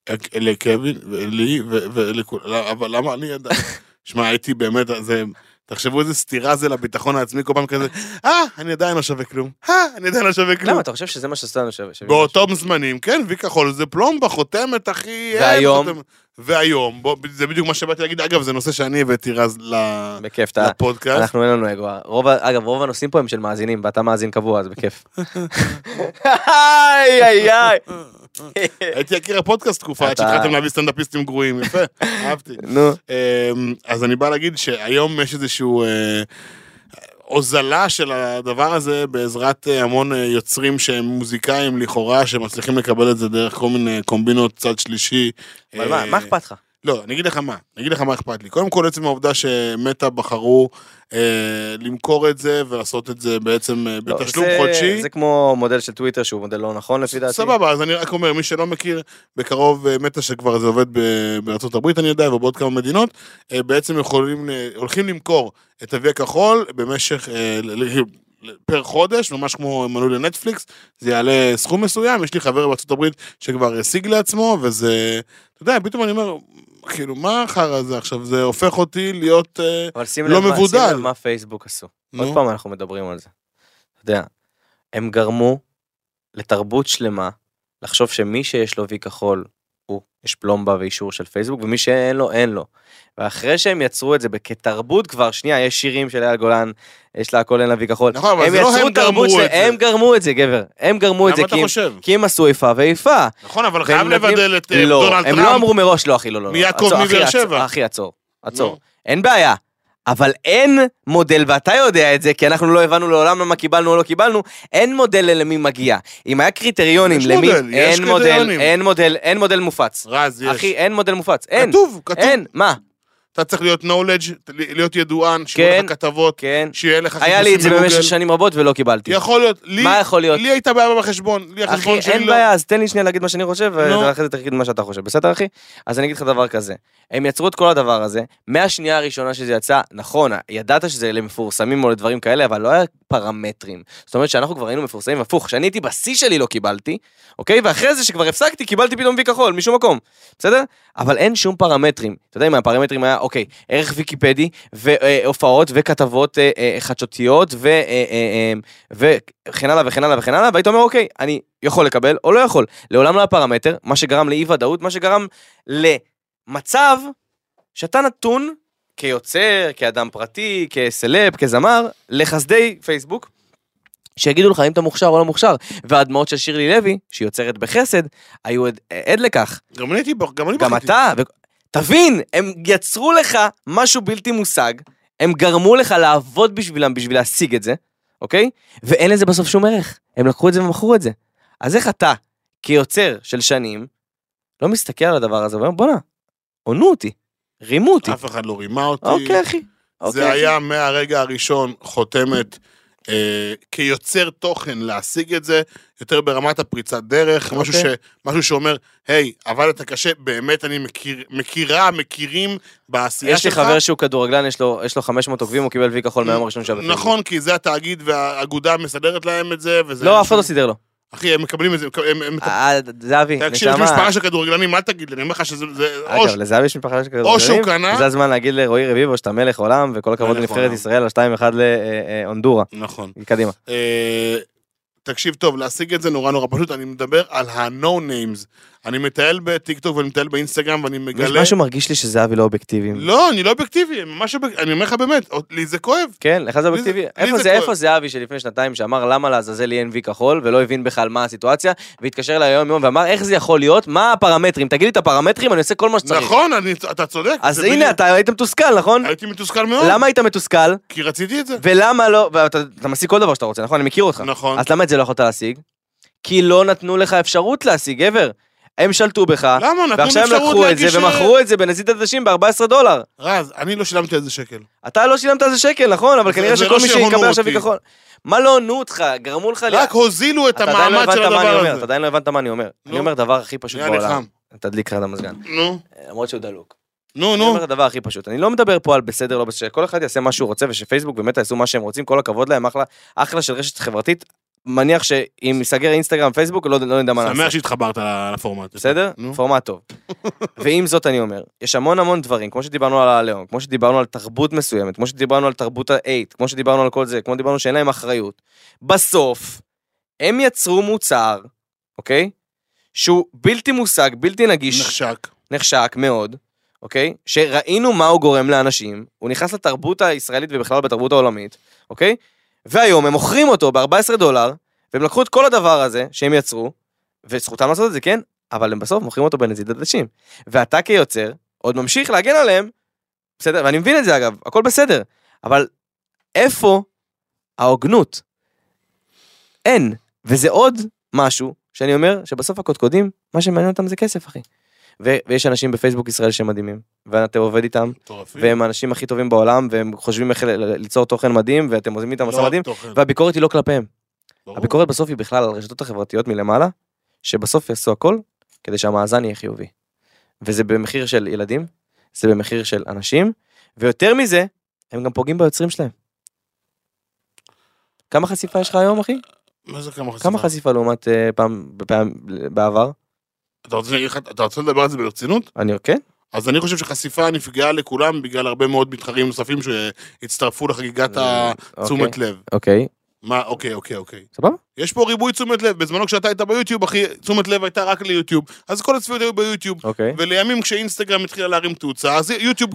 Speaker 2: אה, לקווין, לי ולכולם, "לא, אבל למה אני עדיין? (laughs) שמע, הייתי באמת, זה, תחשבו איזה סתירה זה לביטחון העצמי, כל פעם כזה, אה, אני עדיין לא שווה כלום, אה, אני עדיין לא שווה כלום.
Speaker 3: למה, אתה חושב שזה מה שעשה לנו שווה? שווה-
Speaker 2: באותם זמנים, כן, וי כחול זה פלומבה, חותמת, אחי. אין,
Speaker 3: והיום?
Speaker 2: חותמת. והיום, בוא, זה בדיוק מה שבאתי להגיד, אגב, זה נושא שאני הבאתי רז ל-
Speaker 3: בכיף, אתה...
Speaker 2: לפודקאסט.
Speaker 3: אנחנו אין לנו אגו. רוב ה- אגב, רוב הנושאים פה הם של מאזינים, ואתה מאזין קבוע, אז
Speaker 2: (laughs)
Speaker 3: בכיף. איי, איי, איי.
Speaker 2: הייתי יקיר הפודקאסט תקופה, עד
Speaker 3: אתה-
Speaker 2: שהתחלתם להביא סטנדאפיסטים גרועים, יפה, אהבתי.
Speaker 3: נו,
Speaker 2: אמ, אז אני בא להגיד שהיום יש איזשהו אה, הוזלה של הדבר הזה בעזרת אה, המון אה, יוצרים שהם מוזיקאים לכאורה, שמצליחים לקבל את זה דרך כל מיני קומבינות צד שלישי.
Speaker 3: אבל מה,
Speaker 2: אה,
Speaker 3: מה אכפת לך?
Speaker 2: לא, אני אגיד לך מה, אני אגיד לך מה אכפת לי. קודם כל, עצם העובדה שמטא בחרו אה, למכור את זה ולעשות את זה בעצם אה,
Speaker 3: לא,
Speaker 2: בתשלום
Speaker 3: זה-
Speaker 2: חודשי.
Speaker 3: זה כמו מודל של טוויטר שהוא מודל לא נכון לפי דעתי.
Speaker 2: סבבה, אז אני רק אומר, מי שלא מכיר, בקרוב אה, מטא שכבר זה עובד ב- בארצות הברית, אני יודע, ובעוד כמה מדינות, אה, בעצם יכולים, אה, הולכים למכור את אבי הכחול במשך, אה, ל- ל- ל- פר חודש, ממש כמו מנוי לנטפליקס, זה יעלה סכום מסוים, יש לי חבר בארצות הברית שכבר השיג לעצמו, וזה, אתה יודע, פתאום אני אומר, כאילו, מה החרא הזה עכשיו? זה הופך אותי להיות, אה,
Speaker 3: אבל שים
Speaker 2: לא
Speaker 3: לב מה-
Speaker 2: מבודל.
Speaker 3: שים לב מה פייסבוק עשו. עוד
Speaker 2: נו,
Speaker 3: פעם אנחנו מדברים על זה. אתה יודע, הם גרמו לתרבות שלמה לחשוב שמי שיש לו וי כחול, הוא, יש פלומבה ואישור של פייסבוק, ומי שאין לו, אין לו. ואחרי שהם יצרו את זה כתרבות כבר, שנייה, יש שירים של אייל גולן, יש לה הכל אין לה וי כחול.
Speaker 2: נכון, אבל זה לא
Speaker 3: יצרו
Speaker 2: הם
Speaker 3: תרבות
Speaker 2: גרמו
Speaker 3: שלהם,
Speaker 2: את זה.
Speaker 3: הם גרמו את זה, גבר. הם גרמו את זה
Speaker 2: למה
Speaker 3: כי
Speaker 2: אתה
Speaker 3: הם-
Speaker 2: חושב?
Speaker 3: כי הם עשו איפה ואיפה.
Speaker 2: נכון, אבל
Speaker 3: והם
Speaker 2: חייב
Speaker 3: נותנים-
Speaker 2: לבדל את אה,
Speaker 3: לא,
Speaker 2: דונלד
Speaker 3: הם לא
Speaker 2: טראמפ.
Speaker 3: אמרו מראש, לא אחי, לא, לא. לא.
Speaker 2: מיעקב
Speaker 3: עצור, אחי,
Speaker 2: מבאר
Speaker 3: עצור,
Speaker 2: שבע.
Speaker 3: אחי, עצור, עצור.
Speaker 2: נו.
Speaker 3: אין בעיה. אבל אין מודל, ואתה יודע את זה, כי אנחנו לא הבנו לעולם למה קיבלנו או לא קיבלנו, אין מודל למי מגיע. אם היה קריטריונים
Speaker 2: יש
Speaker 3: למי...
Speaker 2: מודל, יש
Speaker 3: אין מודל,
Speaker 2: קריטריונים.
Speaker 3: אין מודל, אין מודל מופץ.
Speaker 2: רז, יש.
Speaker 3: אחי, אין מודל מופץ. אין.
Speaker 2: כתוב, כתוב.
Speaker 3: אין, מה?
Speaker 2: אתה צריך להיות knowledge, להיות ידוען, שיהיו
Speaker 3: כן.
Speaker 2: לך כתבות,
Speaker 3: כן.
Speaker 2: שיהיה לך
Speaker 3: היה לי
Speaker 2: חיפושים
Speaker 3: את זה
Speaker 2: בגוגל.
Speaker 3: במשך שנים רבות ולא קיבלתי.
Speaker 2: יכול להיות, לי,
Speaker 3: מה יכול להיות?
Speaker 2: לי הייתה בעיה בחשבון, לי
Speaker 3: אחי,
Speaker 2: החשבון שלי
Speaker 3: אין
Speaker 2: לא...
Speaker 3: בעיה, אז תן לי שנייה להגיד מה שאני חושב,
Speaker 2: נו.
Speaker 3: ואחרי זה תגיד מה שאתה חושב. בסדר, אחי? אז אני אגיד לך דבר כזה. הם יצרו את כל הדבר הזה, מהשנייה הראשונה שזה יצא, נכון, ידעת שזה למפורסמים או לדברים כאלה, אבל לא היה פרמטרים. זאת אומרת שאנחנו כבר היינו מפורסמים הפוך, כשאני הייתי בשיא שלי לא קיבלתי, אוקיי? ואחרי זה שכבר הפסקתי, קיבלתי פתאום וי כחול, משום מקום, בסדר? אבל אין שום פרמטרים. אתה יודע, אם הפרמטרים היה, אוקיי, ערך ויקיפדי, והופעות, וכתבות אה, אה, חדשותיות, ו- אה, אה, אה, וכן הלאה וכן הלאה וכן הלאה, והיית אומר, אוקיי, אני יכול לקבל או לא יכול. לעולם לא היה פרמטר, מה שגרם לאי ודאות, מה שגרם למצב שאתה נתון כיוצר, כאדם פרטי, כסלב, כזמר, לחסדי פייסבוק, שיגידו לך אם אתה מוכשר או לא מוכשר. והדמעות של שירלי לוי, שהיא יוצרת בחסד, היו עד, עד לכך.
Speaker 2: גם אני הייתי בו, גם אני
Speaker 3: גם
Speaker 2: בכיתי.
Speaker 3: אתה, ו... תבין, הם יצרו לך משהו בלתי מושג, הם גרמו לך לעבוד בשבילם בשביל להשיג את זה, אוקיי? ואין לזה בסוף שום ערך. הם לקחו את זה ומכרו את זה. אז איך אתה, כיוצר של שנים, לא מסתכל על הדבר הזה ואומר, בואנה, עונו אותי, רימו אותי.
Speaker 2: אף אחד לא רימה אותי.
Speaker 3: אוקיי, אחי. אוקיי,
Speaker 2: זה
Speaker 3: אחי.
Speaker 2: היה מהרגע הראשון חותמת אה, כיוצר תוכן להשיג את זה, יותר ברמת הפריצת דרך, משהו, ש,
Speaker 3: אוקיי.
Speaker 2: משהו שאומר, היי, עבדת קשה, באמת אני מכיר, מכירה, מכירים בעשייה
Speaker 3: יש לי
Speaker 2: שלך.
Speaker 3: חבר שהוא כדורגלן, יש לו, יש לו 500 עוקבים, הוא קיבל וי כחול מהיום הראשון שהיה בפייסבוק.
Speaker 2: נכון, כי זה התאגיד והאגודה מסדרת להם את זה, וזה...
Speaker 3: לא, אף אחד לא סידר לו.
Speaker 2: אחי, הם מקבלים את זה, הם... הם
Speaker 3: אה, זהבי,
Speaker 2: תקשיב, יש
Speaker 3: נשמה.
Speaker 2: משפחה של כדורגלנים, מה תגיד לי? אני אומר לך שזה... זה- או
Speaker 3: אגב, לזהבי יש משפחה של כדורגלנים.
Speaker 2: או שהוא קנה-
Speaker 3: זה הזמן להגיד לרועי רביבו שאתה מלך עולם, וכל הכבוד
Speaker 2: מלך
Speaker 3: לנבחרת
Speaker 2: עולם.
Speaker 3: ישראל, על 2-1 להונדורה.
Speaker 2: נכון.
Speaker 3: אה, קדימה.
Speaker 2: אה, תקשיב טוב, להשיג את זה נורא נורא פשוט, אני מדבר על ה-No names. אני מטייל בטיקטוק ואני מטייל באינסטגרם ואני מגלה...
Speaker 3: משהו מרגיש לי שזהבי לא אובייקטיבי.
Speaker 2: לא, אני לא אובייקטיבי, הם ממש אוביק- אני אומר לך באמת, עוד- לי זה כואב.
Speaker 3: כן, לך זה אובייקטיבי.
Speaker 2: לי זה-
Speaker 3: איפה
Speaker 2: לי זה
Speaker 3: זה,
Speaker 2: כואב.
Speaker 3: איפה זהבי שלפני שנתיים שאמר למה לעזאזל יהיה NV כחול, ולא הבין בכלל מה הסיטואציה, והתקשר אליי היום יום ואמר איך זה יכול להיות, מה הפרמטרים, תגיד לי את הפרמטרים, אני עושה כל מה שצריך.
Speaker 2: נכון, אני- אתה צודק.
Speaker 3: אז
Speaker 2: זה
Speaker 3: הנה,
Speaker 2: בדיוק- לא-
Speaker 3: אתה היית מתוסכל, נכון?
Speaker 2: הייתי מתוסכל מאוד,
Speaker 3: למה היית מתוסכל,
Speaker 2: כי רציתי את זה.
Speaker 3: ולמה לא, ואתה אתה משיג כל דבר שאתה רוצה, נכון? אני מכיר אותך.
Speaker 2: נכון.
Speaker 3: אז למה את זה לא יכולת להשיג? כי לא נתנו לך אפשרות להשיג, גבר. הם שלטו בך,
Speaker 2: למה? לא, נתנו לי
Speaker 3: ועכשיו הם
Speaker 2: אפשרות
Speaker 3: לקחו את
Speaker 2: להגיש...
Speaker 3: זה ומכרו את זה בנזיד עדשים ב-14 דולר.
Speaker 2: רז, אני לא שילמתי על זה שקל.
Speaker 3: אתה לא שילמת על זה שקל, נכון? אבל
Speaker 2: זה-
Speaker 3: כנראה
Speaker 2: זה
Speaker 3: שכל
Speaker 2: לא
Speaker 3: מי
Speaker 2: שהונו
Speaker 3: שיקבל עכשיו
Speaker 2: אותי.
Speaker 3: יכחול. מה לא הונו אותך? גרמו לך... ל-
Speaker 2: רק הוזילו את
Speaker 3: אתה עדיין לא
Speaker 2: המעמד של
Speaker 3: הבנת מה אני
Speaker 2: הדבר
Speaker 3: אומר, אתה
Speaker 2: הזה.
Speaker 3: עדיין לא הבנת מה אני אומר.
Speaker 2: נו.
Speaker 3: אני אומר דבר הכי פשוט
Speaker 2: נהיה לי
Speaker 3: בעולם.
Speaker 2: חם.
Speaker 3: תדליק לך את המזגן.
Speaker 2: נו,
Speaker 3: למרות שהוא דלוק.
Speaker 2: נו,
Speaker 3: אני
Speaker 2: נו.
Speaker 3: אומר את הדבר הכי פשוט, אני לא מדבר פה על בסדר, לא בסדר, שכל אחד יעשה מה שהוא רוצה, ושפייסבוק באמת יעשו מה שהם רוצים, כל הכבוד להם, אחלה, אחלה של רשת חברתית. מניח שאם ייסגר אינסטגרם, פייסבוק, לא, לא נדע מה לעשות.
Speaker 2: שמח שהתחברת לפורמט.
Speaker 3: בסדר?
Speaker 2: נו. (laughs)
Speaker 3: פורמט טוב. ועם זאת אני אומר, יש המון המון דברים, כמו שדיברנו על הלאום, כמו שדיברנו על תרבות מסוימת, כמו שדיברנו על תרבות האייט, כמו שדיברנו על כל זה, כמו שדיברנו שאין להם אחריות. בסוף, הם יצרו מוצר, אוקיי? שהוא בלתי מושג, בלתי נגיש.
Speaker 2: נחשק.
Speaker 3: נחשק מאוד, אוקיי? שראינו מה הוא גורם לאנשים, הוא נכנס לתרבות הישראלית ובכלל בתרבות העולמית, אוקיי? והיום הם מוכרים אותו ב-14 דולר, והם לקחו את כל הדבר הזה שהם יצרו, וזכותם לעשות את זה, כן? אבל הם בסוף מוכרים אותו בנזיד עדשים. ואתה כיוצר, עוד ממשיך להגן עליהם, בסדר? ואני מבין את זה אגב, הכל בסדר, אבל איפה ההוגנות? אין. וזה עוד משהו שאני אומר, שבסוף הקודקודים, מה שמעניין אותם זה כסף, אחי. ו- ויש אנשים בפייסבוק ישראל שהם מדהימים, ואתה עובד איתם,
Speaker 2: מטורפים.
Speaker 3: והם האנשים הכי טובים בעולם, והם חושבים איך ל- ל- ליצור תוכן מדהים, ואתם עוזבים איתם
Speaker 2: לא
Speaker 3: מסע
Speaker 2: רק
Speaker 3: מדהים,
Speaker 2: תוכן,
Speaker 3: והביקורת היא לא כלפיהם.
Speaker 2: ברור.
Speaker 3: הביקורת בסוף היא בכלל על הרשתות החברתיות מלמעלה, שבסוף יעשו הכל כדי שהמאזן יהיה חיובי. וזה במחיר של ילדים, זה במחיר של אנשים, ויותר מזה, הם גם פוגעים ביוצרים שלהם. כמה חשיפה יש לך היום, אחי?
Speaker 2: מה זה כמה חשיפה?
Speaker 3: כמה חשיפה לעומת אה, פעם, בפעם, בעבר?
Speaker 2: אתה רוצה שאני אגיד לך- אתה רוצה לדבר על זה ברצינות?
Speaker 3: אני, כן?
Speaker 2: אז אני חושב שחשיפה נפגעה לכולם בגלל הרבה מאוד מתחרים נוספים שהצטרפו לחגיגת
Speaker 3: אה,
Speaker 2: התשומת לב.
Speaker 3: אוקיי,
Speaker 2: מה, אוקיי, אוקיי, אוקיי.
Speaker 3: סבבה?
Speaker 2: יש פה ריבוי תשומת לב. בזמנו כשאתה היית ביוטיוב, אחי, תשומת לב הייתה רק ליוטיוב. אז כל הצפיות היו ביוטיוב.
Speaker 3: אוקיי.
Speaker 2: ולימים כשאינסטגרם התחילה להרים תאוצה, אז יוטיוב,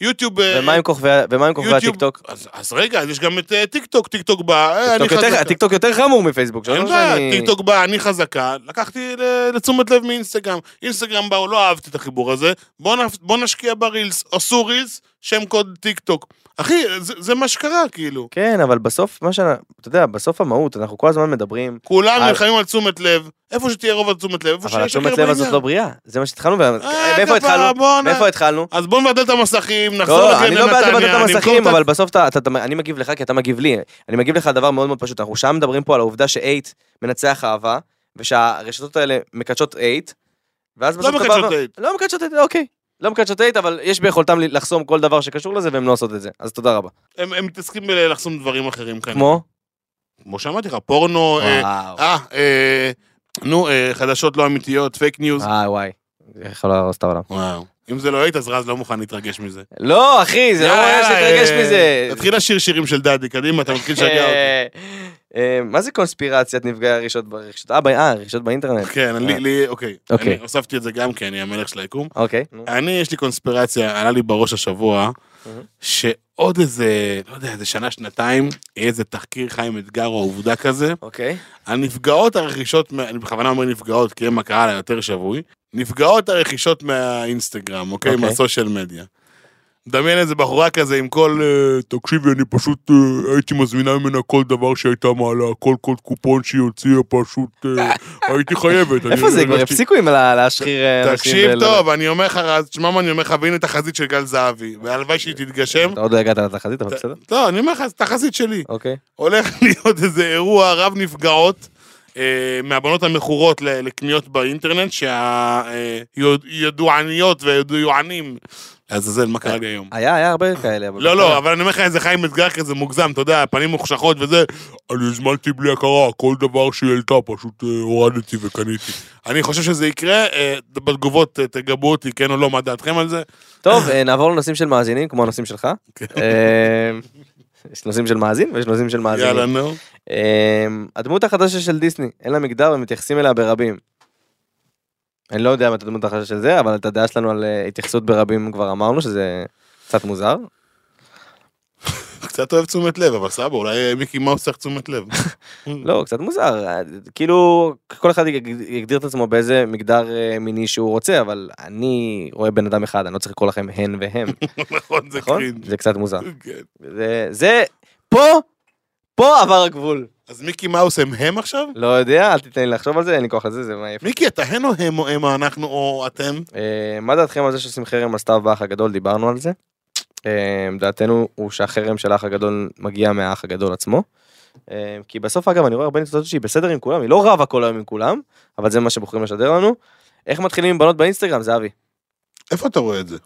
Speaker 2: יוטיוב... אה,
Speaker 3: ומה עם כוכבי ה- ומה עם כוכבי
Speaker 2: יוטיוב-
Speaker 3: הטיקטוק?
Speaker 2: אז- אז רגע, אז יש גם את אה, טיק טוק, טיק טוק בא, אה, אני
Speaker 3: טיקטוק יותר-
Speaker 2: חזקה.
Speaker 3: הטיקטוק יותר חמור מפייסבוק. שלא
Speaker 2: אין
Speaker 3: שאני-
Speaker 2: בעיה, טיקטוק בא, אני חזקה, לקחתי ל- לתשומת לב מאינסטגרם. אינסטגרם באו, לא אהבתי את החיבור הזה, בוא נפ- בוא נשקיע ברילס, עשו רילס, שם קוד טיק טוק. אחי, זה זה מה שקרה, כאילו.
Speaker 3: כן, אבל בסוף, מה שאתה יודע, בסוף המהות, אנחנו כל הזמן מדברים,
Speaker 2: כולם
Speaker 3: אה.
Speaker 2: נלחמים על תשומת לב, איפה שתהיה רוב התשומת לב, איפה
Speaker 3: אבל
Speaker 2: שיש
Speaker 3: התשומת לב הזאת לא בריאה, זה מה שהתחלנו, וה-
Speaker 2: אה,
Speaker 3: מאיפה
Speaker 2: כפרה,
Speaker 3: התחלנו?
Speaker 2: בואנה.
Speaker 3: מאיפה התחלנו?
Speaker 2: אז בואו נבדל את המסכים, נחזור
Speaker 3: לא,
Speaker 2: לגן
Speaker 3: אני לא בעד
Speaker 2: לנתניה,
Speaker 3: לבטל את
Speaker 2: נמכור
Speaker 3: המסכים,
Speaker 2: את-
Speaker 3: אבל בסוף אתה, אתה, אתה, אני מגיב לך כי אתה מגיב לי. אני מגיב לך על דבר מאוד מאוד פשוט. אנחנו שם מדברים פה על העובדה שאייט מנצח אהבה, ושהרשתות האלה מקדשות אייט, ואז בסוף... אתה בא
Speaker 2: מקדשות
Speaker 3: ואומר-
Speaker 2: אייט.
Speaker 3: לא מקדשות אייט, אוקיי. לא מקדשות אייט, אבל יש ביכולתם לחסום כל דבר שקשור לזה, והם לא עושות את זה. אז תודה רבה.
Speaker 2: הם הם מתעסקים בלחסום דברים אחרים כאן.
Speaker 3: כמו?
Speaker 2: כמו שאמרתי לך, פורנו, אה,
Speaker 3: וואו.
Speaker 2: אה, אה, נו, אה, חדשות לא אמיתיות, פייק ניוז.
Speaker 3: אה, וואי. יכול להרוס את העולם.
Speaker 2: וואו. אם זה לא היית, אז רז לא מוכן להתרגש מזה.
Speaker 3: לא, אחי, זה לא מעניין
Speaker 2: יאללה,
Speaker 3: שתתרגש
Speaker 2: אה,
Speaker 3: מזה.
Speaker 2: תתחיל לשיר שירים של דדי, קדימה, אתה מתחיל לשגע אותי.
Speaker 3: אה, אה, מה זה קונספירציית נפגעי הרישות ברכישות? אה, ב- אה, רכישות באינטרנט.
Speaker 2: כן, לי- לי, אוקיי.
Speaker 3: אוקיי.
Speaker 2: אני הוספתי את זה גם כי אני המלך של היקום.
Speaker 3: אוקיי. נו.
Speaker 2: אני, יש לי קונספירציה, עלה לי בראש השבוע,
Speaker 3: Mhm.
Speaker 2: שעוד איזה, לא יודע, איזה שנה, שנתיים, יהיה איזה תחקיר חיים אתגר או עובדה כזה,
Speaker 3: אוקיי.
Speaker 2: על נפגעות הרכישות, מה- אני בכוונה אומר נפגעות, כי הם הקהל היותר שבוי, נפגעות הרכישות מהאינסטגרם, אוקיי?
Speaker 3: אוקיי.
Speaker 2: מהסושיאל מדיה. מדמיין איזה בחורה כזה עם כל, אה, תקשיבי, אני פשוט אה, הייתי מזמינה ממנה כל דבר שהייתה מעלה, כל כל קופון שהיא הוציאה, פשוט אה,
Speaker 3: (laughs)
Speaker 2: הייתי חייבת. אני
Speaker 3: איפה זה? כבר
Speaker 2: הרגשתי-
Speaker 3: הפסיקו עם ה- להשחיר אה, אנשים.
Speaker 2: תקשיב
Speaker 3: ול-
Speaker 2: טוב, אני אומר לך, רז, תשמע מה אני אומר לך, והנה תחזית של גל זהבי, והלוואי שהיא תתגשם.
Speaker 3: אתה עוד לא הגעת לתחזית, אבל
Speaker 2: ת-
Speaker 3: בסדר.
Speaker 2: לא, אני אומר לך, זו תחזית שלי.
Speaker 3: אוקיי.
Speaker 2: הולך (laughs) להיות איזה אירוע רב נפגעות אה, מהבנות המכורות ל- לקניות באינטרנט, שהידועניות והידוענים. לעזאזל, מה קרה לי היום?
Speaker 3: היה, היה הרבה כאלה. אבל
Speaker 2: לא,
Speaker 3: בסדר.
Speaker 2: לא, אבל אני אומר לך איזה חיים אתגר כזה מוגזם, אתה יודע, פנים מוחשכות וזה. אני הזמנתי בלי הכרה, כל דבר שהיא העלתה פשוט אה, הורדתי וקניתי. אני חושב שזה יקרה, אה, בתגובות אה, תגבו אותי, כן או לא, מה דעתכם על זה?
Speaker 3: טוב, אה, נעבור לנושאים של מאזינים, כמו הנושאים שלך.
Speaker 2: כן.
Speaker 3: אה, יש נושאים של מאזין ויש נושאים של מאזינים.
Speaker 2: יאללה, נו.
Speaker 3: אמ, הדמות החדשה של דיסני, אין לה מגדר ומתייחסים אליה ברבים. אני לא יודע מה את הדמות החדשה של זה, אבל את הדעה שלנו על אה, התייחסות ברבים כבר אמרנו, שזה קצת מוזר.
Speaker 2: קצת אוהב תשומת לב, אבל סבא, אולי אה, מיקי מאוס צריך תשומת לב. (laughs)
Speaker 3: לא, קצת מוזר. אה, כאילו, כל אחד יג- יגדיר את עצמו באיזה מגדר אה, מיני שהוא רוצה, אבל אני רואה בן אדם אחד, אני לא צריך לקרוא לכם הן והם,
Speaker 2: נכון, (laughs) זה
Speaker 3: נכון?
Speaker 2: קרינג'.
Speaker 3: זה קצת מוזר.
Speaker 2: כן.
Speaker 3: זה- זה, פה, פה עבר הגבול.
Speaker 2: אז מיקי מאוס הם הם עכשיו?
Speaker 3: לא יודע, אל תיתן לי לחשוב על זה, אין לי כוח לזה, זה מעייף.
Speaker 2: מיקי, אתה הן או הם או המה אנחנו או אתם?
Speaker 3: אה, מה דעתכם על זה שעושים חרם על סתיו באח הגדול? דיברנו על זה. אה, דעתנו הוא שהחרם של האח הגדול מגיע מהאח הגדול עצמו. אה, כי בסוף אגב אני רואה הרבה ניצוצות שהיא בסדר עם כולם, היא לא רבה כל היום עם כולם, אבל זה מה שבוחרים לשדר לנו. איך מתחילים עם בנות באינסטגרם זהבי?
Speaker 2: איפה אתה רואה את זה?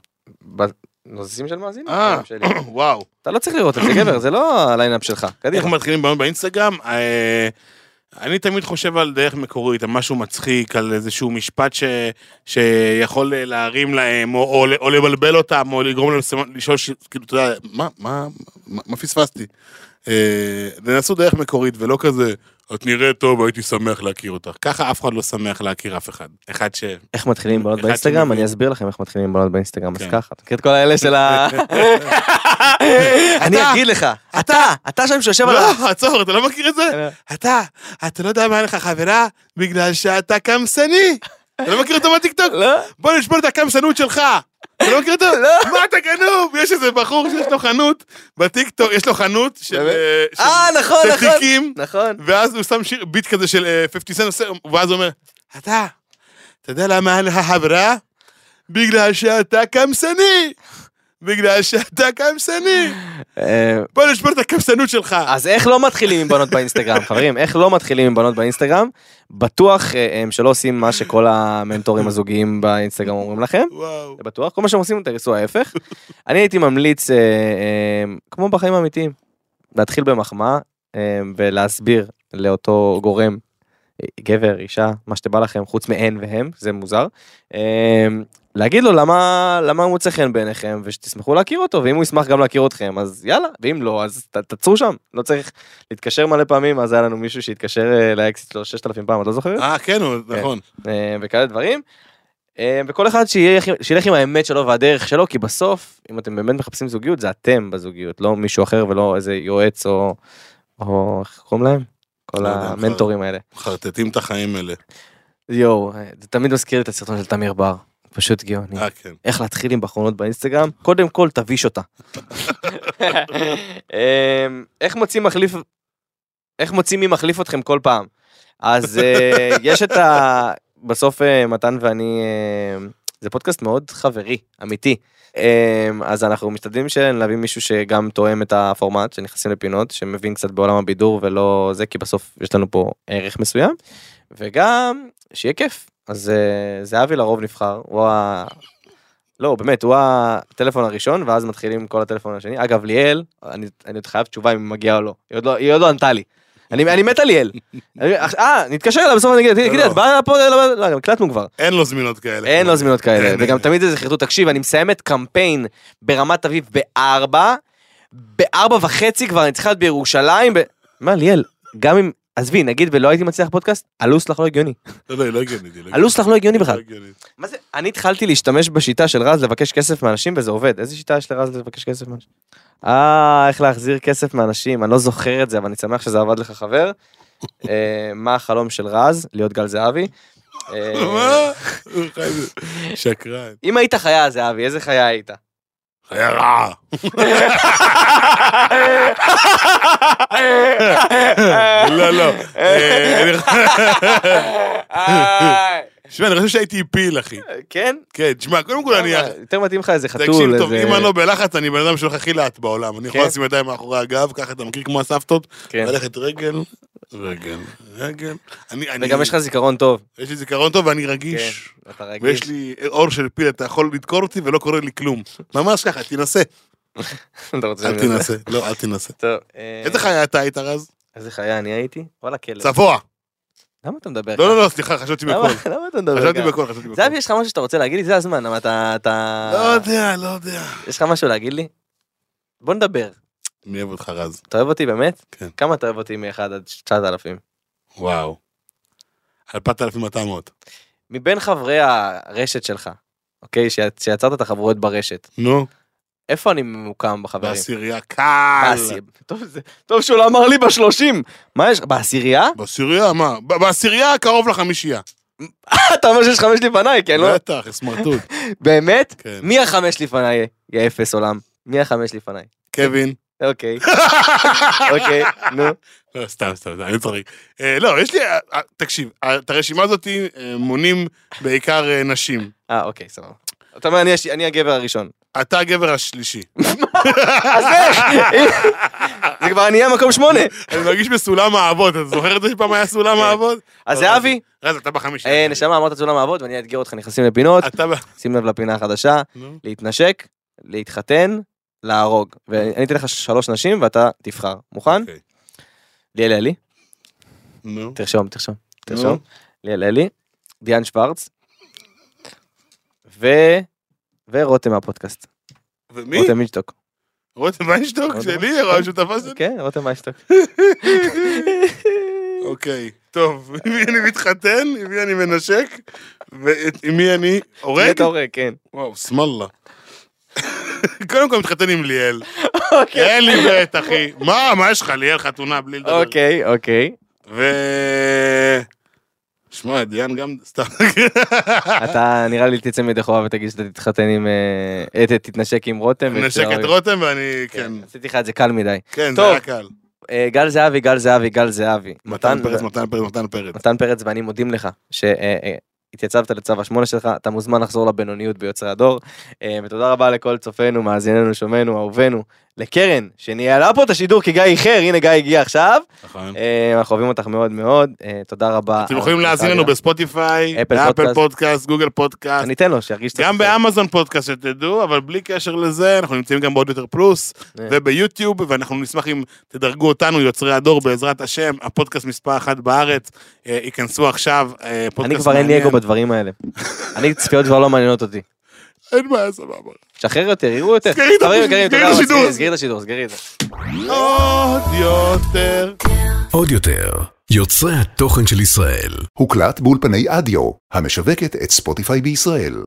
Speaker 3: נוזסים של מאזינים?
Speaker 2: אה,
Speaker 3: (clears throat) שלי.
Speaker 2: וואו.
Speaker 3: אתה לא צריך לראות את זה גבר, זה לא הליינאפ שלך.
Speaker 2: איך
Speaker 3: קדימה.
Speaker 2: מתחילים בעיות באינסטגרם? אה, אני תמיד חושב על דרך מקורית, על משהו מצחיק, על איזשהו משפט ש... שיכול אה, להרים להם, או, או, ל- או לבלבל אותם, או לגרום להם סימן- לשאול, ש... כאילו, אתה יודע, מה, מה, מה, מה פספסתי? אה, תנסו דרך מקורית, ולא כזה, את נראית טוב, הייתי שמח להכיר אותך. ככה אף אחד לא שמח להכיר אף אחד. אחד ש...
Speaker 3: איך מתחילים עם בנות
Speaker 2: אחד
Speaker 3: באינסטגרם?
Speaker 2: שמבין.
Speaker 3: אני אסביר לכם איך מתחילים עם בנות באינסטגרם, אז
Speaker 2: כן.
Speaker 3: ככה. אתה מכיר את כל האלה של ה... אני אגיד לך, אתה, אתה שם שיושב על ה... אה,
Speaker 2: לא, עצור, אתה לא מכיר את זה? אתה, אתה לא יודע מה אין לך חברה, בגלל שאתה קמסני. אתה לא מכיר אותו מהטיקטוק?
Speaker 3: לא?
Speaker 2: בוא נשבור את הקמסנות שלך. אתה לא מכיר אותו? מה אתה גנוב? יש איזה בחור שיש לו חנות בטיקטוק, יש לו חנות של...
Speaker 3: באמת?
Speaker 2: אה, של-
Speaker 3: אה, נכון,
Speaker 2: של
Speaker 3: נכון.
Speaker 2: תיקים,
Speaker 3: נכון.
Speaker 2: ואז הוא שם שיר, ביט כזה של אה, 50 סנט, עושה- ואז הוא אומר, אתה, אתה יודע למה אין לך חברה? בגלל שאתה קמסני. בגלל שאתה קמסני. בוא נשבור את הקמסנות שלך.
Speaker 3: אה, אז איך לא מתחילים עם בנות (laughs) באינסטגרם, חברים? איך לא מתחילים עם בנות באינסטגרם? בטוח אה, הם שלא עושים מה שכל המנטורים הזוגיים באינסטגרם אומרים לכם.
Speaker 2: וואו.
Speaker 3: זה בטוח, כל מה שהם עושים זה עשו ההפך. אני הייתי ממליץ, אה, אה, כמו בחיים האמיתיים, להתחיל במחמאה אה, ולהסביר לאותו גורם, אה, גבר, אישה, מה שבא לכם, חוץ מהן והם, זה מוזר. אה, להגיד לו למה למה הוא מוצא חן בעיניכם ושתשמחו להכיר אותו ואם הוא ישמח גם להכיר אתכם אז יאללה ואם לא אז ת- תעצרו שם לא צריך להתקשר מלא פעמים אז היה לנו מישהו שהתקשר אה, לאקסיט שלו 6,000 פעם את לא זוכרת
Speaker 2: אה, כן, הוא-
Speaker 3: כן.
Speaker 2: נכון.
Speaker 3: אה, וכאלה דברים. אה, וכל אחד שיהיה- שילך עם האמת שלו והדרך שלו, כי בסוף, אם אתם באמת מחפשים זוגיות, זה אתם בזוגיות, לא מישהו אחר ולא איזה יועץ או, או איך קוראים להם? כל
Speaker 2: לא יודע,
Speaker 3: המנטורים האלה.
Speaker 2: מחרטטים את החיים האלה.
Speaker 3: כן. יואו, אה, זה תמיד מזכיר לי את הסרטון של תמיר בר, פשוט גאוני.
Speaker 2: אה, כן.
Speaker 3: איך להתחיל עם בחרונות באינסטגרם? קודם כל
Speaker 2: (laughs)
Speaker 3: תביש אותה. אמ, איך מוצאים מחליף, איך מוצאים מי מחליף אתכם כל פעם? אז אה, יש את ה... בסוף אה, מתן ואני, אה, זה פודקאסט מאוד חברי, אמיתי. אמ, אז אנחנו משתדלים להביא מישהו שגם תואם את הפורמט, שנכנסים לפינות, שמבין קצת בעולם הבידור ולא זה, כי בסוף יש לנו פה ערך מסוים, וגם שיהיה כיף. אז אה, זהבי לרוב נבחר, הוא ה... לא, באמת, הוא הטלפון הראשון, ואז מתחילים כל הטלפון השני. אגב, ליאל, אני, אני עוד חייב תשובה אם היא מגיעה או לא. היא עוד לא, היא עוד לא ענתה לי. אני אני מת על ליאל. אני- אה, נתקשר אליו בסוף אני אגיד, תגידי, את באה לפה? לא, לא, גם הקלטנו כבר.
Speaker 2: אין לו זמינות כאלה.
Speaker 3: אין לו זמינות כאלה,
Speaker 2: אין,
Speaker 3: וגם
Speaker 2: אין.
Speaker 3: תמיד איזה חרטוט. תקשיב, אני מסיימת קמפיין ברמת אביב בארבע, בארבע וחצי כבר אני צריכה להיות בירושלים. ב- מה, ליאל, גם אם, עזבי, נגיד ולא הייתי מצליח פודקאסט, הלו"ז שלך לא הגיוני.
Speaker 2: לא, לא, היא לא הגיונית. היא לא
Speaker 3: הלו"ז שלך לא הגיוני
Speaker 2: הגיונית.
Speaker 3: בכלל.
Speaker 2: לא הגיונית.
Speaker 3: מה זה? אני התחלתי להשתמש בשיטה של רז לבקש כסף מאנשים וזה עובד. איזה שיטה יש לרז לבקש כסף מאנשים? אה, איך להחזיר כסף מאנשים, אני לא זוכר את זה, אבל אני שמח שזה עבד לך חבר. אה, מה החלום של רז? להיות גל זהבי. אה,
Speaker 2: מה? הוא חי ב- שקרן.
Speaker 3: אם היית חיה, זהבי, איזה חיה היית?
Speaker 2: היה רע. לא, לא. אה, אני חושב- שמע, אני חושב שהייתי פיל, אחי.
Speaker 3: כן? אה,
Speaker 2: כן, תשמע, קודם כל אני...
Speaker 3: יותר מתאים לך איזה חתול.
Speaker 2: תקשיב טוב,
Speaker 3: איזה-
Speaker 2: אם אני לא בלחץ, אני בן אדם שהולך הכי לאט בעולם. אני יכול
Speaker 3: כן.
Speaker 2: לשים ידיים מאחורי הגב, ככה אתה מכיר כמו הסבתות,
Speaker 3: כן.
Speaker 2: ללכת רגל, רגל, רגל. אני- אני-
Speaker 3: וגם יש לך זיכרון טוב.
Speaker 2: יש לי זיכרון טוב ואני רגיש.
Speaker 3: כן, אתה רגיש.
Speaker 2: ויש לי אור של פיל, אתה יכול לדקור אותי ולא קורה לי כלום. ממש ככה, תנסה.
Speaker 3: אתה רוצה
Speaker 2: אל
Speaker 3: שאני-
Speaker 2: תנסה, לא, אל תנסה.
Speaker 3: טוב, אה,
Speaker 2: איזה חיה אתה היית, רז?
Speaker 3: איזה חיה אני הייתי? וואלה, כלב.
Speaker 2: צבוע.
Speaker 3: למה אתה מדבר
Speaker 2: לא,
Speaker 3: ככה?
Speaker 2: לא, לא, סליחה, חשבתי
Speaker 3: למה-
Speaker 2: בקול.
Speaker 3: למה אתה מדבר
Speaker 2: חשבתי
Speaker 3: ככה?
Speaker 2: בקול, חשבתי בקול.
Speaker 3: זהבי, אה. יש לך משהו שאתה רוצה להגיד לי? זה הזמן, למה אתה... אתה...
Speaker 2: לא יודע, לא יודע.
Speaker 3: יש לך משהו להגיד לי? בוא נדבר.
Speaker 2: מי אוהב אותך, רז?
Speaker 3: אתה אוהב אותי באמת?
Speaker 2: כן.
Speaker 3: כמה אתה אוהב אותי מ-1 עד 9,000?
Speaker 2: וואו. 4,200.
Speaker 3: מבין חברי הרשת שלך, אוקיי? שיצ- שיצרת את החברויות ברשת.
Speaker 2: נו,
Speaker 3: איפה אני ממוקם בחברים?
Speaker 2: בעשירייה, קל.
Speaker 3: בעשי- טוב, זה- טוב שהוא לא אמר לי בשלושים. מה יש? בעשירייה? (laughs)
Speaker 2: בעשירייה, מה? ב- בעשירייה קרוב לחמישייה.
Speaker 3: אתה אומר שיש חמש לפניי, כי אני לא...
Speaker 2: בטח,
Speaker 3: (laughs)
Speaker 2: סמרטוט.
Speaker 3: באמת?
Speaker 2: כן.
Speaker 3: מי החמש לפניי? יא אפס עולם. מי החמש לפניי?
Speaker 2: קווין.
Speaker 3: אוקיי. אוקיי, נו.
Speaker 2: לא, סתם, סתם, סתם, אני צוחק. אה, לא, יש לי... אה, אה, תקשיב, אה, את הרשימה הזאת אה, מונים בעיקר אה, נשים.
Speaker 3: אה, אוקיי, סבבה. אתה אומר, אני הש- אני הגבר הראשון.
Speaker 2: אתה הגבר השלישי.
Speaker 3: אז איך? זה כבר נהיה מקום שמונה.
Speaker 2: אני מרגיש בסולם האבות, אתה זוכר את זה שפעם היה סולם האבות?
Speaker 3: אז זה אבי.
Speaker 2: רז, אתה בחמישייה.
Speaker 3: כן. אה, נשמה, אמרת סולם העבוד, ואני אאתגר אותך, נכנסים לפינות,
Speaker 2: אתה ב...
Speaker 3: שים לב לפינה החדשה,
Speaker 2: נו,
Speaker 3: להתנשק, להתחתן, להרוג. ואני אתן לך שלוש נשים ואתה תבחר. מוכן?
Speaker 2: אוקיי.
Speaker 3: ליאל אלי,
Speaker 2: נו.
Speaker 3: תרשום, תרשום.
Speaker 2: נו.
Speaker 3: תרשום. ליאל אלי, דיאן שוורץ, ו... ורותם מהפודקאסט.
Speaker 2: ומי?
Speaker 3: רותם מישטוק.
Speaker 2: רותם ויינשטוק
Speaker 3: רותם
Speaker 2: שלי,
Speaker 3: ויינשטוק.
Speaker 2: רואה שותפה שלי.
Speaker 3: כן, רותם
Speaker 2: (laughs)
Speaker 3: מישטוק.
Speaker 2: אוקיי, טוב, עם מי אני מתחתן, עם מי אני מנשק, ועם מי אני הורג?
Speaker 3: אתה הורג, כן.
Speaker 2: וואו, שמאללה. קודם כל מתחתן עם ליאל.
Speaker 3: אוקיי.
Speaker 2: אין לי בית, אחי. מה, מה יש לך, ליאל חתונה בלי לדבר?
Speaker 3: אוקיי,
Speaker 2: (laughs)
Speaker 3: אוקיי.
Speaker 2: ו... שמע, דיאן גם... סתם.
Speaker 3: אתה נראה לי תצא ידי חובה ותגיד שאתה תתחתן עם... אה, ת- תתנשק עם רותם. ואת
Speaker 2: נשק את
Speaker 3: ההורים.
Speaker 2: רותם ואני... כן.
Speaker 3: עשיתי לך את זה קל מדי.
Speaker 2: כן, זה
Speaker 3: טוב.
Speaker 2: היה קל.
Speaker 3: אה, גל זהבי, גל זהבי, גל זהבי.
Speaker 2: מתן פרץ, מתן פרץ, מתן פרץ.
Speaker 3: מתן פרץ ואני מודים לך שהתייצבת לצו השמונה שלך, אתה מוזמן לחזור לבינוניות ביוצרי הדור. אה, ותודה רבה לכל צופינו, מאזיננו, שומענו, אהובינו, לקרן, שניהלה פה את השידור כי גיא איחר, הנה גיא הגיע עכשיו.
Speaker 2: נכון.
Speaker 3: אה, אנחנו אוהבים אותך מאוד מאוד, אה, תודה רבה.
Speaker 2: אתם יכולים להאזין לנו בספוטיפיי,
Speaker 3: אפל
Speaker 2: באפל
Speaker 3: פודקאסט.
Speaker 2: פודקאסט, גוגל פודקאסט.
Speaker 3: אני אתן לו, שירגיש
Speaker 2: גם באמזון פודקאסט שתדעו, אבל בלי קשר לזה, אנחנו נמצאים גם בעוד יותר פלוס,
Speaker 3: אה.
Speaker 2: וביוטיוב, ואנחנו נשמח אם תדרגו אותנו, יוצרי הדור, בעזרת השם, הפודקאסט מספר אחת בארץ, אה, ייכנסו עכשיו, אה, פודקאסט
Speaker 3: אני
Speaker 2: מעניין.
Speaker 3: כבר אין לי אגו בדברים האלה. אני, צפיות כבר לא מעניינות אותי.
Speaker 2: אין בעיה, סבבה.
Speaker 3: שחרר יותר, יראו יותר.
Speaker 2: סגרי את
Speaker 3: חברים
Speaker 2: השידור, סגרי
Speaker 3: יקרים, תודה
Speaker 2: את
Speaker 3: רבה,
Speaker 2: השידור.
Speaker 3: סגרי- סגרי את השידור, סגרי את זה.
Speaker 2: עוד יותר.
Speaker 1: עוד יותר, יוצרי התוכן של ישראל.
Speaker 5: הוקלט באולפני אדיו, המשווקת את ספוטיפיי בישראל.